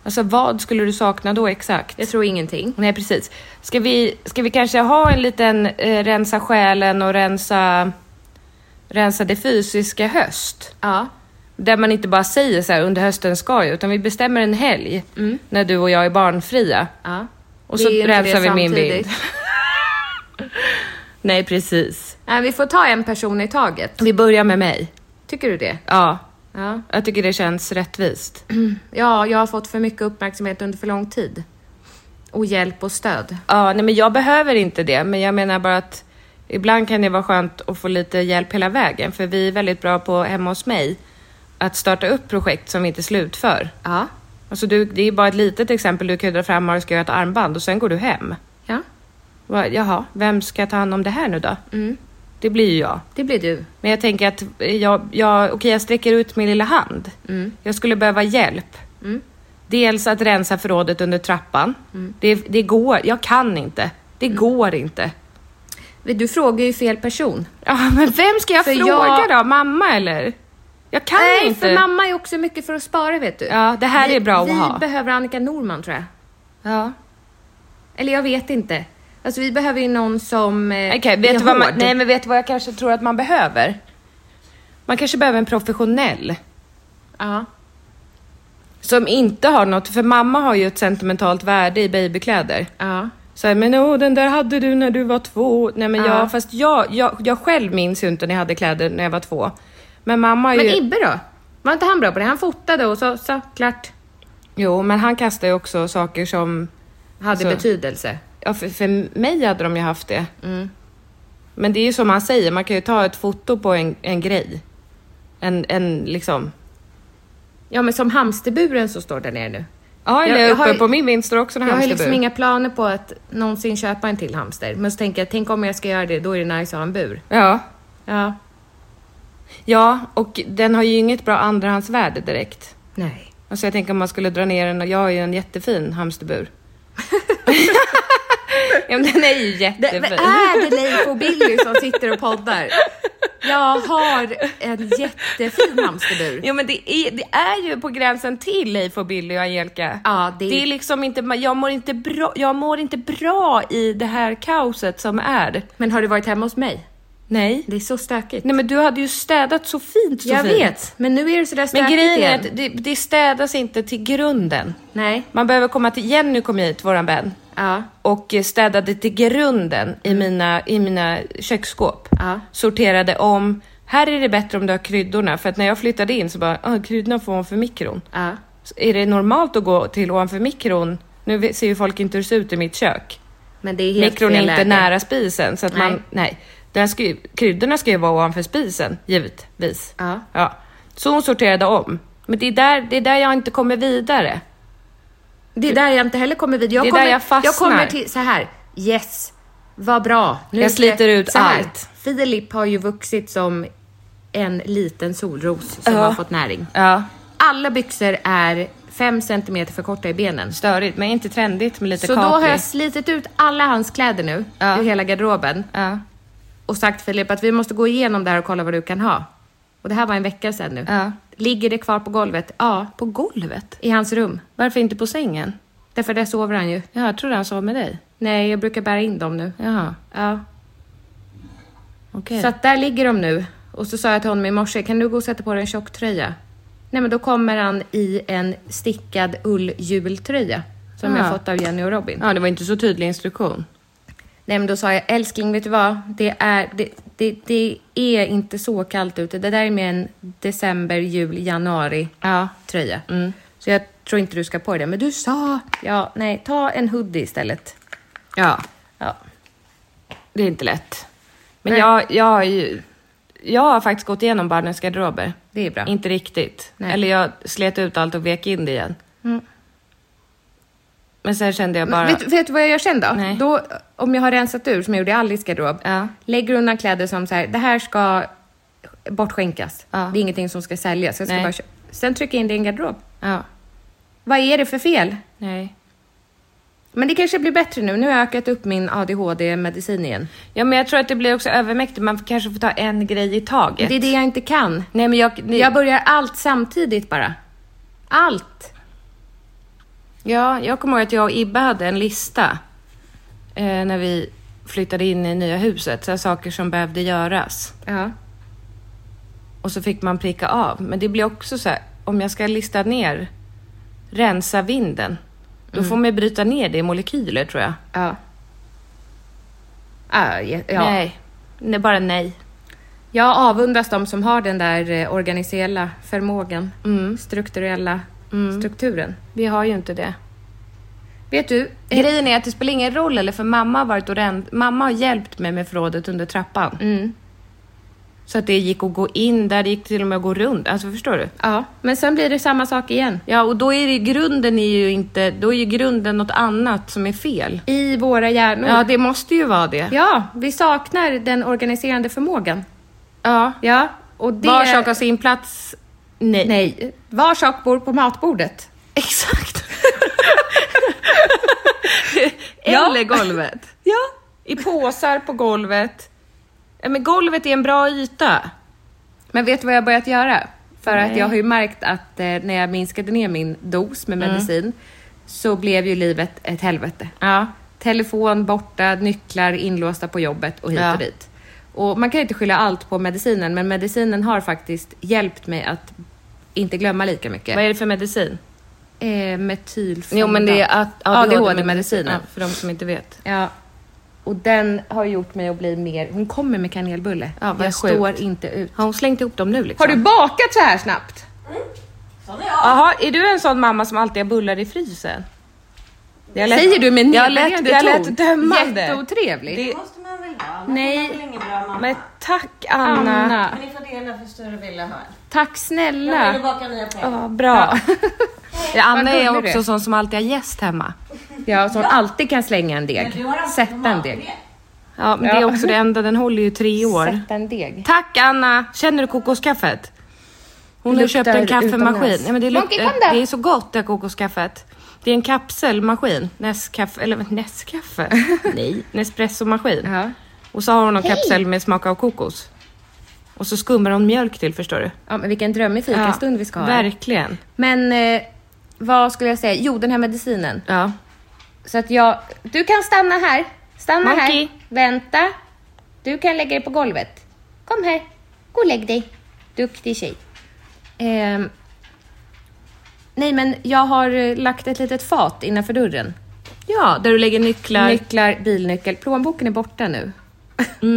Alltså vad skulle du sakna då exakt? Jag tror ingenting. Nej, precis. Ska vi, ska vi kanske ha en liten eh, rensa själen och rensa, rensa det fysiska höst? Ja. Där man inte bara säger så här under hösten ska jag, utan vi bestämmer en helg när du och jag är barnfria. ja. Och Vi så är ju inte rensar det vi min bild. samtidigt. Nej, precis. Nej, vi får ta en person i taget. Vi börjar med mig. Tycker du det? Ja, Ja. jag tycker det känns rättvist. Ja, jag har fått för mycket uppmärksamhet under för lång tid. Och hjälp och stöd. Ja, nej, men jag behöver inte det, men jag menar bara att ibland kan det vara skönt att få lite hjälp hela vägen, för vi är väldigt bra på hemma hos mig att starta upp projekt som vi inte slutför. Ja. Alltså du, det är bara ett litet exempel, du kan ju dra fram och du ska göra ett armband och sen går du hem. Ja. Va, Jaha, vem ska ta hand om det här nu då? Det blir ju jag. Mm. Det blir du. Men jag tänker att jag, jag, okej, jag sträcker ut min lilla hand. Mm. Jag skulle behöva hjälp. Dels att rensa förrådet under trappan. Mm. Det, det går, jag kan inte. Det går inte. Du frågar ju fel person. Ja, men vem ska jag För fråga jag- då? Mamma eller? Jag kan Nej, inte. för mamma är också mycket för att spara vet du. Ja, det här vi, är bra att vi ha. behöver Annika Norman tror jag. Ja. Eller jag vet inte. Alltså vi behöver ju någon som eh, Okej, vet är du vad man, hård. nej men vet du vad jag kanske tror att man behöver? Man kanske behöver en professionell. Ja. Som inte har något, för mamma har ju ett sentimentalt värde i babykläder. Ja. Så här, men åh, den där hade du när du var två. Nej men Ja. jag, fast jag, jag, jag själv minns ju inte när jag hade kläder när jag var två. Men mamma har Men ju... Ibbe då? Var inte han bra på det? Han fotade och så, så klart Jo, men han kastar ju också saker som... hade Så. betydelse. Mm. Ja, för, för mig hade de ju haft det. Men det är ju som han säger, man kan ju ta ett foto på en, en grej. En, en liksom... Ja men som hamsterburen så står där nere nu. Ja, eller Jag- jag uppe har ju- på min vinst står också en Jag har hamsterbur. liksom inga planer på att någonsin köpa en till hamster. Men så tänker jag, tänk om jag ska göra det, då är det nice att ha en bur. Ja. Ja. ja, och den har ju inget bra andrahandsvärde direkt. Nej. Alltså jag tänker om man skulle dra ner den och jag har ju en jättefin hamsterbur. ja, men den är ju Det, jättefin. men är det Leif och Billy som sitter och poddar? Jag har en jättefin hamsterbur. Jo men det är, det är ju på gränsen till Leif och Billy och Angelica. Ja, det det... är- är liksom inte, jag mår inte, bra, jag mår inte bra i det här kaoset som är. Men har du varit hemma hos mig? Nej. Det är så stökigt. Nej men du hade ju städat så fint Sofie. jag vet, men nu är det sådär Men stökigt grejen är igen. att det, det städas inte till grunden. Nej. Man behöver komma till, Jenny kom hit, våran vän, Ja. och eh, städade till grunden Mm. i mina, i mina köksskåp. Ja. Sorterade om. Här är det bättre om du har kryddorna, för att när jag flyttade in så bara, ah, kryddorna får man för mikron. Ja. Så Är det normalt att gå till ovanför mikron? Nu ve- ser ju folk inte hur det ser ut i mitt kök. Men det är helt mikron är fel inte läge. nära spisen så att Nej. man, nej. Den ska ju, kryddorna ska ju vara ovanför spisen, givetvis. Ja. ja. Så hon sorterade om. Men det är där, det är där jag inte kommer vidare. Det är där jag inte heller kommer vid. Jag Det är kommer, där jag fastnar. Jag kommer till så här. Yes, vad bra. Nu Jag ska- sliter ut så här, allt. Filip har ju vuxit som en liten solros som Ja. har fått näring. Ja. Alla byxor är 5 cm för korta i benen. Störigt, men inte trendigt med lite Så då kapri. har jag slitit ut alla hans kläder nu, Ja. ur hela garderoben. Ja. Och sagt Filip att vi måste gå igenom det här och kolla vad du kan ha. Och det här var en vecka sedan nu. Ja. Ligger det kvar på golvet? Ja, På golvet? i hans rum. Varför inte på sängen? Därför där sover han ju. Ja, jag trodde han sov med dig. Nej, jag brukar bära in dem nu. Jaha, Ja. okej. Så att där ligger de nu. Och så sa jag till honom i morse, kan du gå och sätta på dig en tjock tröja? Nej men då kommer han i en stickad ulljultröja. Som Ah. jag fått av Jenny och Robin. Ja, det var inte så tydlig instruktion. Nej men då sa jag, älskling vet du vad? Det är, det, det, det är inte så kallt ute. Det där är med en december, jul, januari Ja. tröja. Mm. Så jag tror inte du ska på dig det. Men du sa, ja nej, ta en hoodie istället. Ja. Ja. Det är inte lätt. Men Nej. jag, jag, har ju, jag har faktiskt gått igenom barnens garderober. Det är bra. Inte riktigt. Nej. Mm. Eller jag slet ut allt och vek in det igen. Men sen kände jag bara... Vet, vet du vad jag gör sen då? Nej. då? Om jag har rensat ur, som jag gjorde i Alice garderob, Ja. lägger undan kläder som så här, det här ska bortskänkas. Ja. Det är ingenting som ska säljas. Jag ska Nej. bara kö- sen trycker jag in det i en garderob. Ja. Vad är det för fel? Nej. Men det kanske blir bättre nu. Nu har jag ökat upp min ADHD-medicin igen. Ja, men jag tror att det blir också övermäktigt. Man kanske får ta en grej i taget. Det är det jag inte kan. Nej, men jag... ni- Jag börjar allt samtidigt bara. Allt. Ja, jag kommer ihåg att jag och Ibbe hade en lista eh, när vi flyttade in i nya huset. Så här, saker som behövde göras. Ja. Och så fick man pricka av. Men det blir också så här, om jag ska lista ner, rensa vinden. Då får man ju bryta ner det i molekyler tror jag. Ja. Ja, ja. Nej. Nej, bara nej. Jag avundas de som har den där eh, organiserade förmågan, Mm. strukturella strukturen. Vi har ju inte det. Vet du? eh, Grejen är att det spelar ingen roll eller för mamma har varit och ren- Mamma har hjälpt mig med förrådet under trappan. Mm. Så att det gick att gå in där, det gick till och med att gå runt. Alltså förstår du? Ja, men sen blir det samma sak igen. Ja, och då är det, grunden är ju inte, då är ju grunden något annat som är fel. I våra hjärnor. Ja, det måste ju vara det. Ja, vi saknar den organiserande förmågan. Ja. Ja, och det... Var sak har sin plats. Nej. Nej. Var sak bor på matbordet. Exakt. Ja. Eller golvet. Ja. I påsar på golvet. Ja, Men golvet är en bra yta. Men vet du vad jag har börjat göra? För att Nej. jag har ju märkt att eh, när jag minskade ner min dos Mm. med medicin så blev ju livet ett helvete. Ja. Telefon borta, nycklar inlåsta på jobbet och hit Ja. och dit. Och man kan ju inte skylla allt på medicinen, men medicinen har faktiskt hjälpt mig att inte glömma lika mycket. Vad är det för medicin? Eh, metylfenidat. Jo, men det är att- ADHD-medicinen. Ja, för de som inte vet. Ja. Och den har gjort mig att bli mer... Hon kommer med kanelbulle. Ja, vad jag sjukt. står inte ut. Har hon slängt ihop dem nu liksom? Har du bakat så här snabbt? Jaha, är du en sån mamma som alltid har bullar i frysen? Jag lät- Säger du med jag lät, nedvärderande jag ton. lät dömande. Jätteotrevligt. Det- Det måste man väl vara? annars Nej. är man väl ingen bra mamma? Men Men, tack Anna. Anna, ni får dela för större villa här. tack Jag vill snälla. baka nya pengar. Ja, bra. Ja, Anna Vad är gullig du också är. sån som alltid har gäst hemma. Ja, som alltid kan slänga en deg. Men du har alltid Sätta en tomatpuré. deg. Ja, men Ja. det är också det enda, den håller ju tre år. Sätta en deg. Tack Anna! Känner du kokoskaffet? Hon har Luktar köpt en kaffemaskin. utomlands. Nej, men det, Monkey, kom där. luktar, det är så gott det här kokoskaffet. Det är en kapselmaskin. Nescafé, eller Nescafé? Nej. Nespressomaskin. Ja. Och så har hon en kapsel med smak av kokos. Och så skummar hon mjölk till förstår du. Ja, men vilken drömmig fikastund vi ska ha. här. Verkligen. Men eh, vad skulle jag säga? Jo, den här medicinen. Ja. Så att jag... Du kan stanna här. Stanna Monkey. här. Vänta. Du kan lägga dig på golvet. Kom här. Gå och lägg dig. Duktig tjej. Ehm, nej, men jag har eh, lagt ett litet fat innanför dörren. ja, där du lägger nycklar. Nycklar, bilnyckel. Plånboken är borta nu. Mm.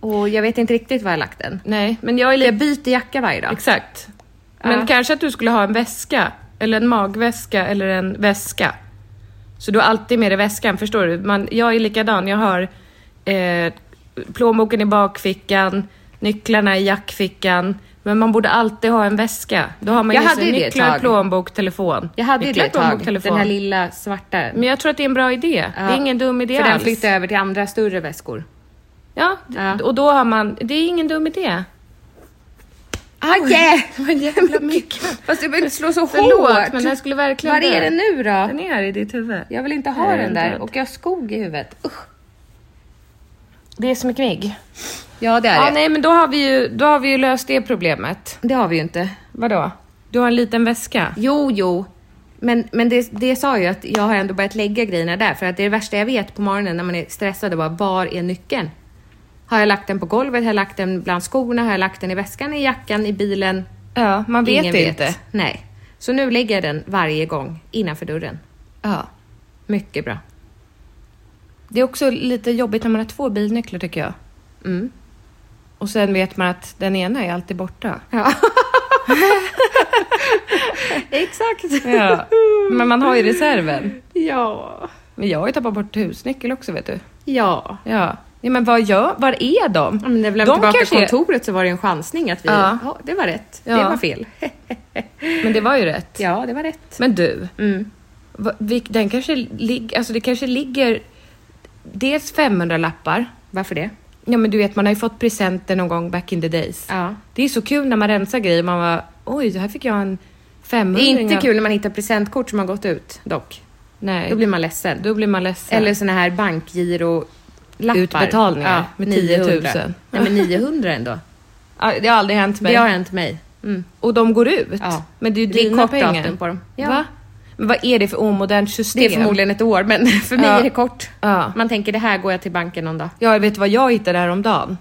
Och jag vet inte riktigt var jag har lagt den. Nej, men jag är Jag lite... byter jacka varje dag. Exakt. Men Ja. kanske att du skulle ha en väska. Eller en magväska eller en väska. Så du har alltid med dig väskan, förstår du? Man, jag är likadan, jag har eh, plånboken i bakfickan, nycklarna i jackfickan. Men man borde alltid ha en väska. Då har man Jag ju hade sig ju det ett nycklar, tag. plånbok, telefon. Jag hade ju det nycklar, ett tag, telefon. den här lilla svarta. Men jag tror att det är en bra idé. Det är ingen dum idé För den alls. flyttar jag över till andra större väskor. Ja, Ja. och då har man... Det är ingen dum idé. Ah, yeah. Vad jävla mycket. Fast du behöver inte slå så hårt. Förlåt, men den skulle verkligen Var är dö. den nu Den då? är här i ditt huvud. Jag vill inte ha Nej, den den är där död. och jag har skog i huvudet. Usch. Det är som en knigg. Ja, det är Ja, det. nej, men då har, vi ju, då har vi ju löst det problemet. Det har vi ju inte. Vadå? Du har en liten väska. Jo, jo. Men, men det, det sa ju att jag har ändå börjat lägga grejerna där. För att det är det värsta jag vet på morgonen när man är stressad och bara, var är nyckeln? Har jag lagt den på golvet? Har jag lagt den bland skorna? Har jag lagt den i väskan, i jackan, i bilen? Ja, man vet Ingen det vet. inte. Nej. Så nu lägger jag den varje gång innanför dörren. Ja. Mycket bra. Det är också lite jobbigt när man har två bilnycklar tycker jag. Mm. Och sen vet man att den ena är alltid borta. Ja. Exakt. Ja. Men man har ju reserven. Ja. Men jag har ju tappat bort husnyckel också vet du. Ja. Ja. ja men vad gör, var är de? Ja, Men när vi lämnade de tillbaka kanske är- kontoret så var det en chansning att vi... Ja. Ja. det var rätt. Det Ja. var fel. Men det var ju rätt. ja, det var rätt. Men du, Mm. va- vi- den kanske, lig, alltså det kanske ligger dels 500 lappar. Varför det? Ja men du vet man har ju fått presenter någon gång back in the days. Ja. Det är så kul när man rensar grejer. Man var oj, här fick jag en 500 Det är inte kul när man hittar presentkort som har gått ut dock. Nej, Då blir man ledsen. man ledsen. Eller såna här bankgiro lappar. Utbetalningar med 10 000. 900. Nej men 900 ändå. Ja, det har aldrig hänt mig. Det har hänt mig. Mm. Och de går ut. Ja. Men det är ju Det är dina kort pengar. datum på dem. Ja. Va? Men vad är det för omodernt system? Det är förmodligen ett år men för mig Ja. är det kort. Ja. Man tänker det här går jag till banken någon dag. Jag vet vad jag hittade häromdagen.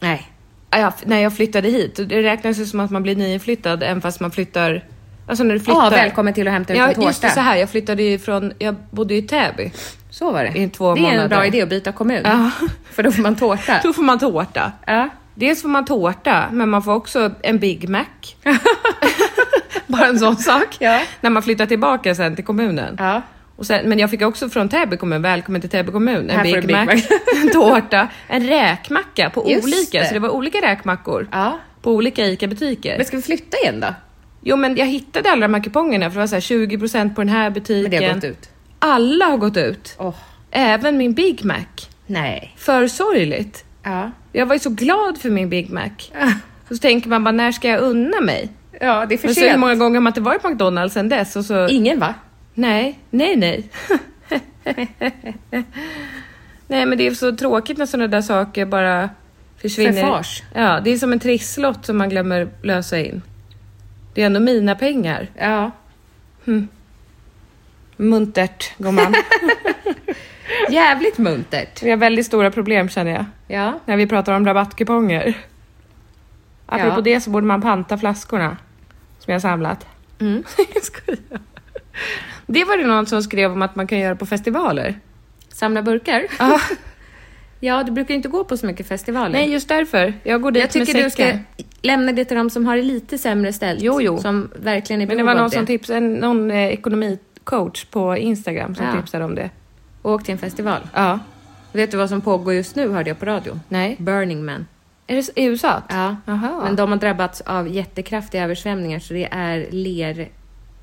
Nej. Ja, jag- när jag flyttade hit. Det räknas ju som att man blir nyinflyttad även fast man flyttar... Alltså när du flyttar. Ja, välkommen till att hämta ut en ja, tårta. just det, så här. Jag flyttade ju från... Jag bodde ju i Täby. Så var det. I två det är månader. en bra idé att byta kommun. Ja. För då får man tårta. Då får man tårta. ja. Dels får man tårta, men man får också en Big Mac. Bara en sån sak. Ja. När man flyttar tillbaka sen till kommunen. Ja. Och sen, men jag fick också från Täby kommun, välkommen till Täby kommun, en Här får du Big Big Mac, Mac. en tårta, en räkmacka på Just olika, det. så det var olika räkmackor Ja. på olika ICA-butiker. Men ska vi flytta igen då? Jo men jag hittade alla de här kupongerna för det var så här 20% på den här butiken. Men det har gått ut. Alla har gått ut. Åh, Även min Big Mac. nej. För sorgligt. Ja. Jag var ju så glad för min Big Mac. Och så tänker man bara, när ska jag unna mig? Ja, det är för Men så hur sent. många gånger har man inte varit på McDonalds sen dess? Och så, Ingen va? nej, nej, nej. nej men det är så tråkigt när sådana där saker bara försvinner. Förfars. Ja, det är som en trisslott som man glömmer lösa in. Det är ändå mina pengar. Ja. Muntert, gumman. Jävligt muntert. Vi har väldigt stora problem känner jag. Ja. När vi pratar om rabattkuponger. Apropå Ja. det så borde man panta flaskorna. Som jag har samlat. Mm. Jag skojar. det var det någon som skrev om att man kan göra på festivaler. Samla burkar? Ja. ja, du brukar ju inte gå på så mycket festivaler. Nej, just därför. Jag går dit jag tycker med du ska säcken. lämna det till de som har det lite sämre ställt. Jo, jo. Som verkligen är i Men det behov var någon av som tipsade, en- någon eh, ekonomicoach på Instagram som Ja. tipsade om det. Och Åk till en festival. Ja. Vet du vad som pågår just nu hörde jag på radio? Nej. Burning Man. Är det s- i USA? Ja. Jaha. Men de har drabbats av jättekraftiga översvämningar så det är ler,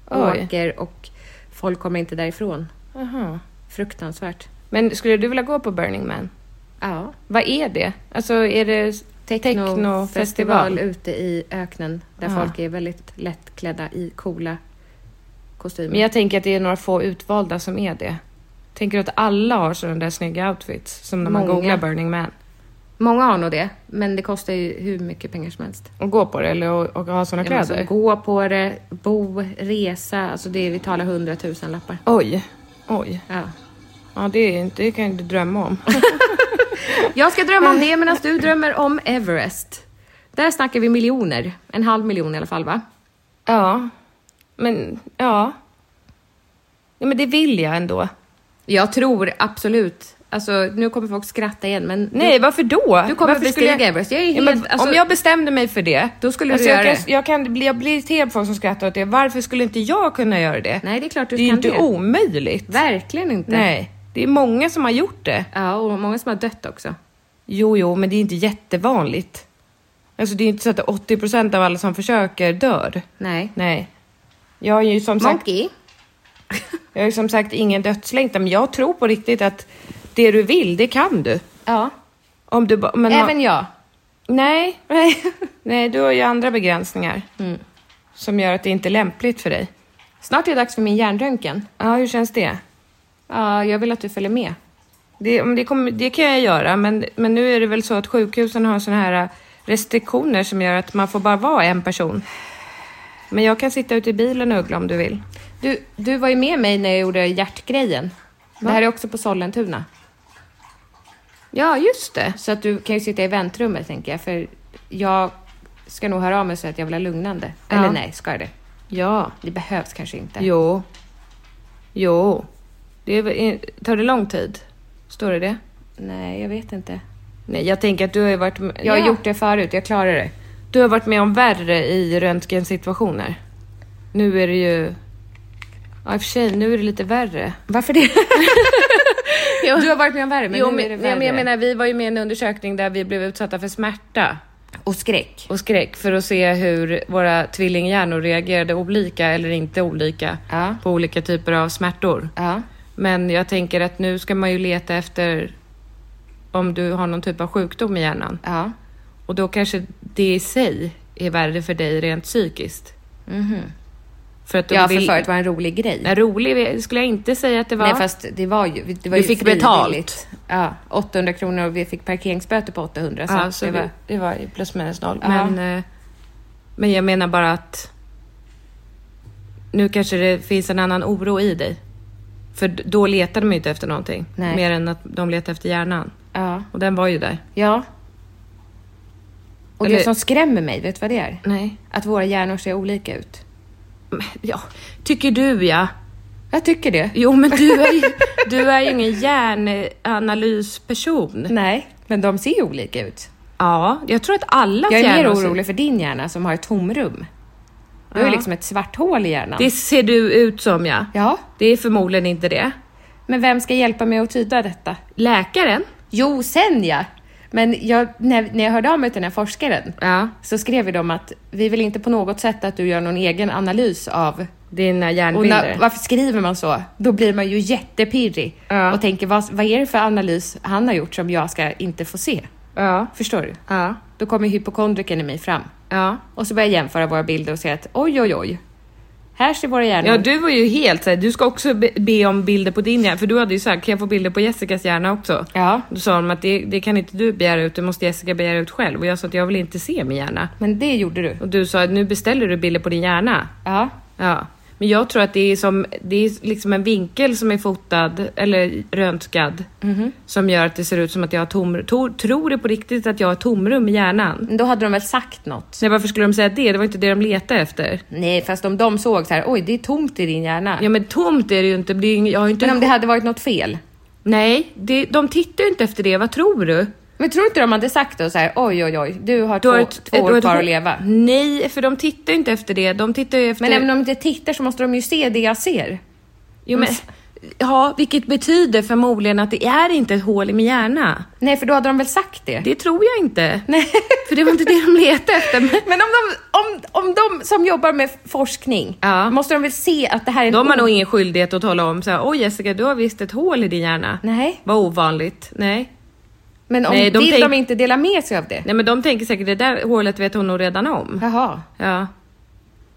Oj. åker och folk kommer inte därifrån. Jaha. Fruktansvärt. Men skulle du vilja gå på Burning Man? Ja. Vad är det? Alltså är det s- Technofestival technofestival? ute i öknen där Ja. folk är väldigt lättklädda i coola kostymer. Men jag tänker att det är några få utvalda som är det. Tänker du att alla har sådana där snygga outfits som när man Många. googlar Burning Man? Många har nog det, men det kostar ju hur mycket pengar som helst. Och gå på det eller och, och ha sådana Jag måste kläder? alltså, Gå på det, bo, resa, alltså det är, vi talar hundratusen lappar. Oj, oj. Ja. Ja, det, är, inte- det kan jag inte drömma om. Jag ska drömma om det medan du drömmer om Everest. Där snackar vi miljoner, en halv miljon i alla fall va? ja, men ja. ja. Men det vill jag ändå. Jag tror absolut, alltså nu kommer folk skratta igen men Nej, varför då? du kommer varför bestiga Everest. Jag är Ja, helt, men, alltså, om jag bestämde mig för det, Då skulle du Alltså, jag, göra kan, jag, kan bli, jag blir irriterad på folk som skrattar åt det. Varför skulle inte jag kunna göra det? Nej det är klart du det är ju kan inte det. omöjligt. Verkligen inte. Nej, det är många som har gjort det. Ja, och många som har dött också. Jo, jo, men det är inte jättevanligt. Alltså det är inte så att 80% av alla som försöker dör. Nej. Nej. Jag har ju som sagt, Monkey? jag har ju som sagt ingen dödslängtan, men jag tror på riktigt att det du vill, det kan du. Ja. Om du ba- men Även jag. Nej, nej, nej, du har ju andra begränsningar. Som gör att det inte är lämpligt för dig. Snart är det dags för min hjärnröntgen. Ja, hur känns det? Ja, jag vill att du följer med. Det, om det, kommer, det kan jag göra, men, men nu är det väl så att sjukhusen har såna här äh, restriktioner som gör att man får bara vara en person. Men jag kan sitta ute i bilen och uggla om du vill. Du, du var ju med mig när jag gjorde hjärtgrejen. Det här är också på Sollentuna. Ja, just det. Så att du kan ju sitta i väntrummet tänker jag, för jag ska nog höra av mig så att jag vill ha lugnande. Ja. Eller nej, ska jag det? Ja. Det behövs kanske inte. Jo. Jo. Det är, väl- tar det lång tid? Står det det? Nej, jag vet inte. Nej, jag tänker att du har ju varit med, Jag har Ja. gjort det förut, jag klarar det. Du har varit med om värre i röntgensituationer. Nu är det ju... Ja, i och för sig, nu är det lite värre. Varför det? Du har varit med om värre, men jo, nu men, är det nej, värre. men jag menar, vi var ju med i en undersökning där vi blev utsatta för smärta Och skräck. och skräck för att se hur våra tvillinghjärnor reagerade olika eller inte olika Ja. på olika typer av smärtor. Ja. Men jag tänker att nu ska man ju leta efter om du har någon typ av sjukdom i hjärnan Ja. och då kanske det i sig är värre för dig rent psykiskt. För att då Mhm. Ja, för vill- förut var det en rolig grej. Nej, rolig skulle jag inte säga att det var. Nej fast det var ju, det var Du ju fick frivilligt. betalt. Ja, 800 kronor och vi fick parkeringsböter på 800. Så, ja, så det var, det var ju plus minus noll. Ja. Men, eh, men jag menar bara att nu kanske det finns en annan oro i dig. För d- då letade de ju inte efter någonting. Nej. Mer än att de letade efter hjärnan. ja. Och den var ju där. ja. Och Eller- det som skrämmer mig, vet du vad det är? Nej. Att våra hjärnor ser olika ut. Men, Ja, tycker du ja. Jag tycker det. Jo men du är ju, du är ju ingen hjärnanalysperson. Nej, men de ser ju olika ut. Ja, jag tror att alla Jag är mer hjärnor ser- orolig för din hjärna som har ett tomrum. Du har ju liksom ett svart hål i hjärnan. Det ser du ut som ja. Ja, Det är förmodligen inte det. men vem ska hjälpa mig att tyda detta? Läkaren? Jo, sen ja! Men jag, när, när jag hörde av mig till den här forskaren Ja. så skrev ju de att vi vill inte på något sätt att du gör någon egen analys av... Dina Och när, hjärnbilder? varför skriver man så? Då blir man ju jättepirrig Ja. och tänker vad, vad är det för analys han har gjort som jag ska inte få se? ja. Förstår du? Ja. Då kommer hypokondriken i mig fram. Ja. Och så börjar jag jämföra våra bilder och se att oj, oj, oj. Här ser våra hjärnor... Ja, du var ju helt såhär, du ska också be, be om bilder på din hjärna, för du hade ju sagt, kan jag få bilder på Jessicas hjärna också? ja. Då sa de att det, det kan inte du begära ut, det måste Jessica begära ut själv. Och jag sa att jag vill inte se min hjärna. Men det gjorde du. Och du sa, nu beställer du bilder på din hjärna. Ja. Ja. Men jag tror att det är, som, det är liksom en vinkel som är fotad, eller röntgad, som gör att det ser ut som att jag har tom, to, tror det på riktigt att jag har tomrum i hjärnan. Men då hade de väl sagt något? Nej, varför skulle de säga det? Det var inte det de letade efter. Nej, fast om de såg så här, oj, det är tomt i din hjärna. Ja men tomt är det ju inte, det är ju ing- jag har ju inte... Men om det hade varit något fel? Nej, det, de tittar ju inte efter det, vad tror du? Men tror inte de hade sagt då så här, oj, oj, oj, du har Du två, har ett- två ett- du har år ett kvar hå- att leva. Nej, för de tittar ju inte efter det. De tittar ju efter... Men även om de inte tittar så måste de ju se det jag ser. jo, Mm. men, ja, vilket betyder förmodligen att det är inte ett hål i min hjärna. Nej, för då hade de väl sagt det? Det tror jag inte. Nej. För det var inte det de letade efter. Men Men om de, om, om de som jobbar med forskning, Ja. måste de väl se att det här är en de har o- nog ingen skyldighet att tala om så här, oj Jessica, du har visst ett hål i din hjärna. Nej, Vad ovanligt. Nej. men om Nej, de vill tänk- de inte dela med sig av det? Nej men de tänker säkert, det där hålet vet hon nog redan om. Jaha, Ja.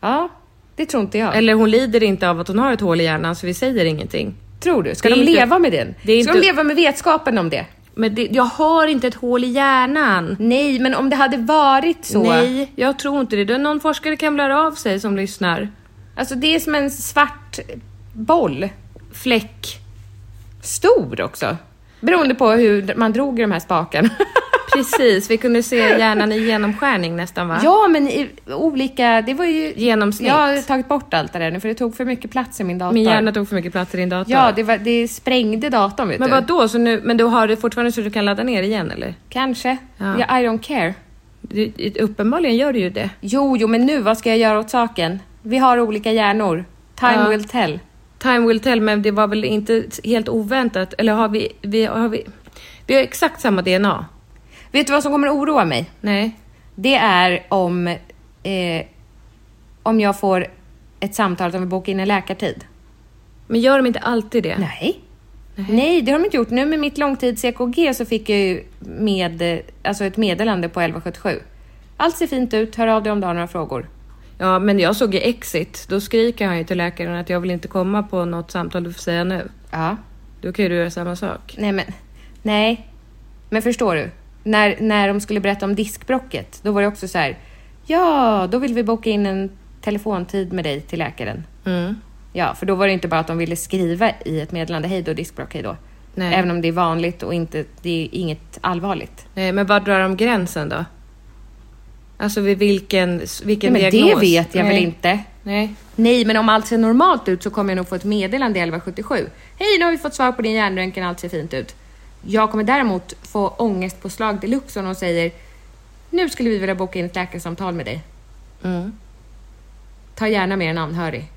ja, det tror inte jag. Eller hon lider inte av att hon har ett hål i hjärnan så vi säger ingenting. tror du? Ska Det är de inte- leva med den? det är Ska inte- de leva med vetskapen om det? Men det, jag har inte ett hål i hjärnan. Nej, men om det hade varit så. Nej, jag tror inte det. det. är Någon forskare kan väl höra av sig som lyssnar. Alltså det är som en svart boll. Fläck. Stor också. Beroende på hur man drog i de här spakarna. Precis, vi kunde se hjärnan i genomskärning nästan va? ja, men i olika... Det var ju... Genomsnitt. Jag har tagit bort allt det där nu för det tog för mycket plats i min dator. Min hjärna tog för mycket plats i din dator. Ja, det, var, det sprängde datorn vet men du. vad då? Så nu, men du har det fortfarande så du kan ladda ner igen eller? Kanske. Ja. Ja. I don't care. Du, uppenbarligen gör du ju det. Jo, jo, men nu vad ska jag göra åt saken? Vi har olika hjärnor. Time Ja. will tell. Time will tell, men det var väl inte helt oväntat? Eller har vi... Vi har, vi, vi har exakt samma DNA. Vet du vad som kommer oroa mig? Nej. Det är om, eh, om jag får ett samtal om vi bokar in en läkartid. Men gör de inte alltid det? Nej. Nej, det har de inte gjort. Nu med mitt långtids-EKG så fick jag ju med, eh, alltså ett meddelande på 1177. Allt ser fint ut, hör av dig om du har några frågor. Ja, men jag såg ju Exit. Då skriker han ju till läkaren att jag vill inte komma på något samtal du får säga nu. Ja. Då kan ju du göra samma sak. Nej men, nej. Men förstår du? När, när de skulle berätta om diskbrocket, då var det också så här. Ja, då vill vi boka in en telefontid med dig till läkaren. Mm. Ja, för då var det inte bara att de ville skriva i ett meddelande, hej då diskbråck, hej då. Nej. Även om det är vanligt och inte, det är inget allvarligt. Nej, men var drar de gränsen då? Alltså vid vilken, vilken Nej, men diagnos? det vet jag Nej. väl inte. Nej. Nej, men om allt ser normalt ut så kommer jag nog få ett meddelande i 1177. Hej, nu har vi fått svar på din hjärnröntgen, allt ser fint ut. Jag kommer däremot få ångestpåslag deluxe om de säger Nu skulle vi vilja boka in ett läkarsamtal med dig. Mm. Ta gärna med en anhörig.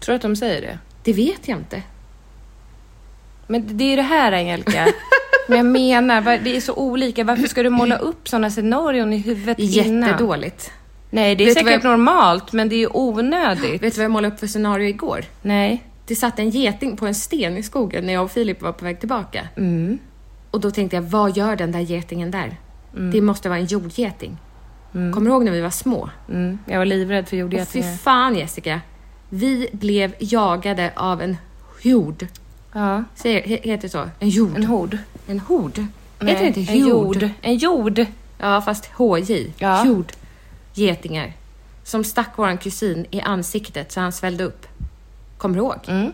Tror att de säger det? Det vet jag inte. Men det är ju det här Angelica. men jag menar, vad- det är så olika. Varför ska du måla upp sådana scenarion i huvudet innan? Jättedåligt. Nej, det är Vet du vad säkert normalt, men det är ju onödigt. Vet du vad jag målade upp för scenario igår? Nej. Det satt en geting på en sten i skogen när jag och Filip var på väg tillbaka. Mm. Och då tänkte jag, vad gör den där getingen där? Det måste vara en jordgeting. Kommer du ihåg när vi var små? Mm. Jag var livrädd för Och fy jordgetingar. fan Jessica. Vi blev jagade av en hord. Ja. Säger, he- heter det så? En jord? En hord. En hord? heter det inte en jord? jord. En jord. Ja, fast HJ. Ja. Jord. Getingar. Som stack våran kusin i ansiktet så han svällde upp. Kommer du ihåg?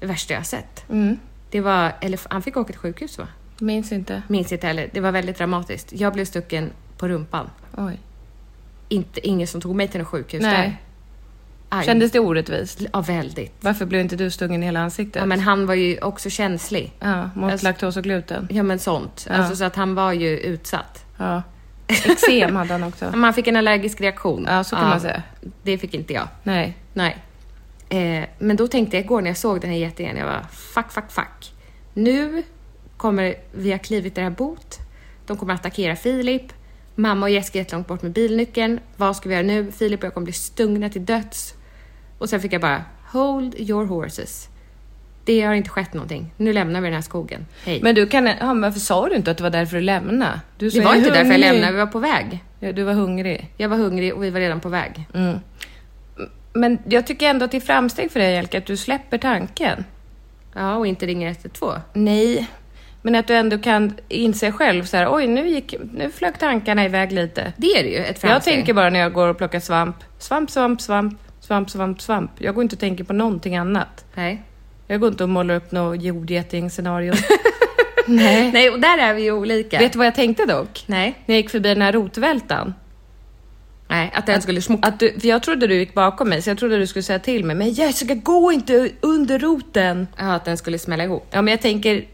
Det värsta jag har sett. Mm. Det var, eller han fick åka till sjukhus va? Minns inte. Minns inte heller. Det var väldigt dramatiskt. Jag blev stucken på rumpan. Oj. Inte, ingen som tog mig till något sjukhus Nej. där. Aj. Kändes det orättvist? Ja, väldigt. Varför blev inte du stungen i hela ansiktet? Ja, men han var ju också känslig. Ja, mot Alltså- laktos och gluten. Ja men sånt. Ja. Alltså så att han var ju utsatt. Ja. Eksem hade han också. Man fick en allergisk reaktion. Ja, så kan man säga. Det fick inte jag. Nej. Nej. Eh, men då tänkte jag igår när jag såg den här jätten igen, jag var fuck, fuck, fuck. Nu kommer vi ha klivit det här bot. De kommer att attackera Filip. Mamma och Jessica är jättelångt bort med bilnyckeln. Vad ska vi göra nu? Filip och jag kommer bli stungna till döds. Och sen fick jag bara, hold your horses. Det har inte skett någonting. Nu lämnar vi den här skogen. Hej. Men du kan... Ja, men varför sa du inte att det var därför du lämnade? Du sa, det var "Jag är inte därför jag hungrig." lämnade, vi var på väg. Ja, du var hungrig. Jag var hungrig och vi var redan på väg. Mm. Men jag tycker ändå att det är framsteg för dig, Jelka, att du släpper tanken. Ja, och inte ringer 112. Nej. Men att du ändå kan inse själv så här, oj, nu, gick, nu flög tankarna iväg lite. Det är det ju, ett framsteg. Jag tänker bara när jag går och plockar svamp. Svamp, svamp, svamp, svamp, svamp, svamp. Jag går inte och tänker på någonting annat. Nej. Jag går inte och målar upp något jordgetingscenario. Nej. Nej, och där är vi ju olika. Vet du vad jag tänkte dock? Nej. När jag gick förbi den här rotvältan. Nej, att den skulle smocka. Att du, för jag trodde du gick bakom mig, så jag trodde du skulle säga till mig. Men Jessica, gå inte under roten! Ja, att den skulle smälla ihop. Ja, men jag tänker...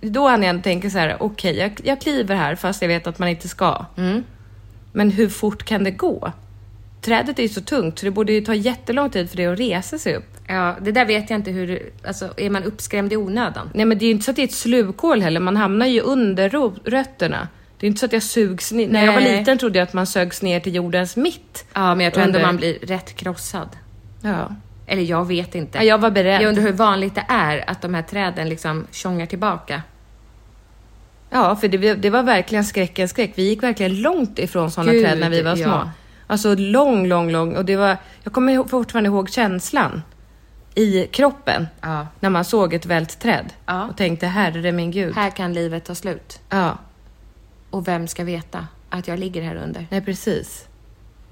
Då hann jag ändå tänka så här, okej, jag, jag kliver här fast jag vet att man inte ska. Mm. Men hur fort kan det gå? Trädet är ju så tungt, så det borde ju ta jättelång tid för det att resa sig upp. Ja, det där vet jag inte hur... Alltså, är man uppskrämd i onödan? Nej men det är ju inte så att det är ett slukhål heller, man hamnar ju under ro- rötterna. Det är inte så att jag sugs ner. När jag var Nej. liten trodde jag att man sögs ner till jordens mitt. Ja, men jag tror ändå Under. man blir rätt krossad. Ja. Eller jag vet inte. ja jag var beredd. jag undrar hur vanligt det är att de här träden liksom tjongar tillbaka. Ja, för det, det var verkligen skräckens skräck. Vi gick verkligen långt ifrån sådana Gud, träd när vi var små. ja. Alltså lång, lång, lång. Och det var, jag kommer ihåg, fortfarande ihåg känslan i kroppen Ja. när man såg ett vält träd Ja. och tänkte herre min gud. Här kan livet ta slut. Ja, Och vem ska veta att jag ligger här under? nej precis.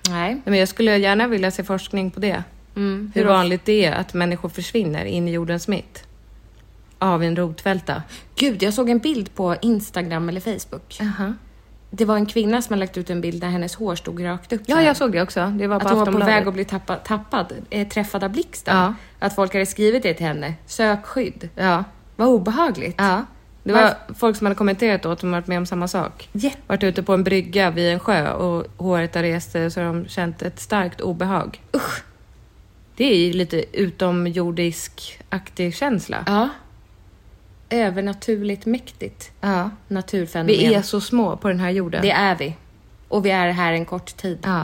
Nej. Nej, Men jag skulle gärna vilja se forskning på det. Mm. Hur vanligt det är att människor försvinner in i jordens mitt av en rotvälta. Gud, jag såg en bild på Instagram eller Facebook. Aha. Det var en kvinna som hade lagt ut en bild där hennes hår stod rakt upp. så Ja, här. jag såg det också. Det var på Att hon var på Aftonbladet. väg att bli tappa, tappad, eh, träffad av blixten. Ja. Att folk hade skrivit det till henne. Sök skydd. Ja. Vad obehagligt. ja. Det var folk som hade kommenterat åt att de varit med om samma sak. Jätte- Varit ute på en brygga vid en sjö och håret har rest sig så har de känt ett starkt obehag. Usch. Det är ju lite utomjordisk-aktig känsla. Ja. Övernaturligt mäktigt. Ja. Naturfenomen. Vi är så små på den här jorden. Det är vi. Och vi är här en kort tid. Ja.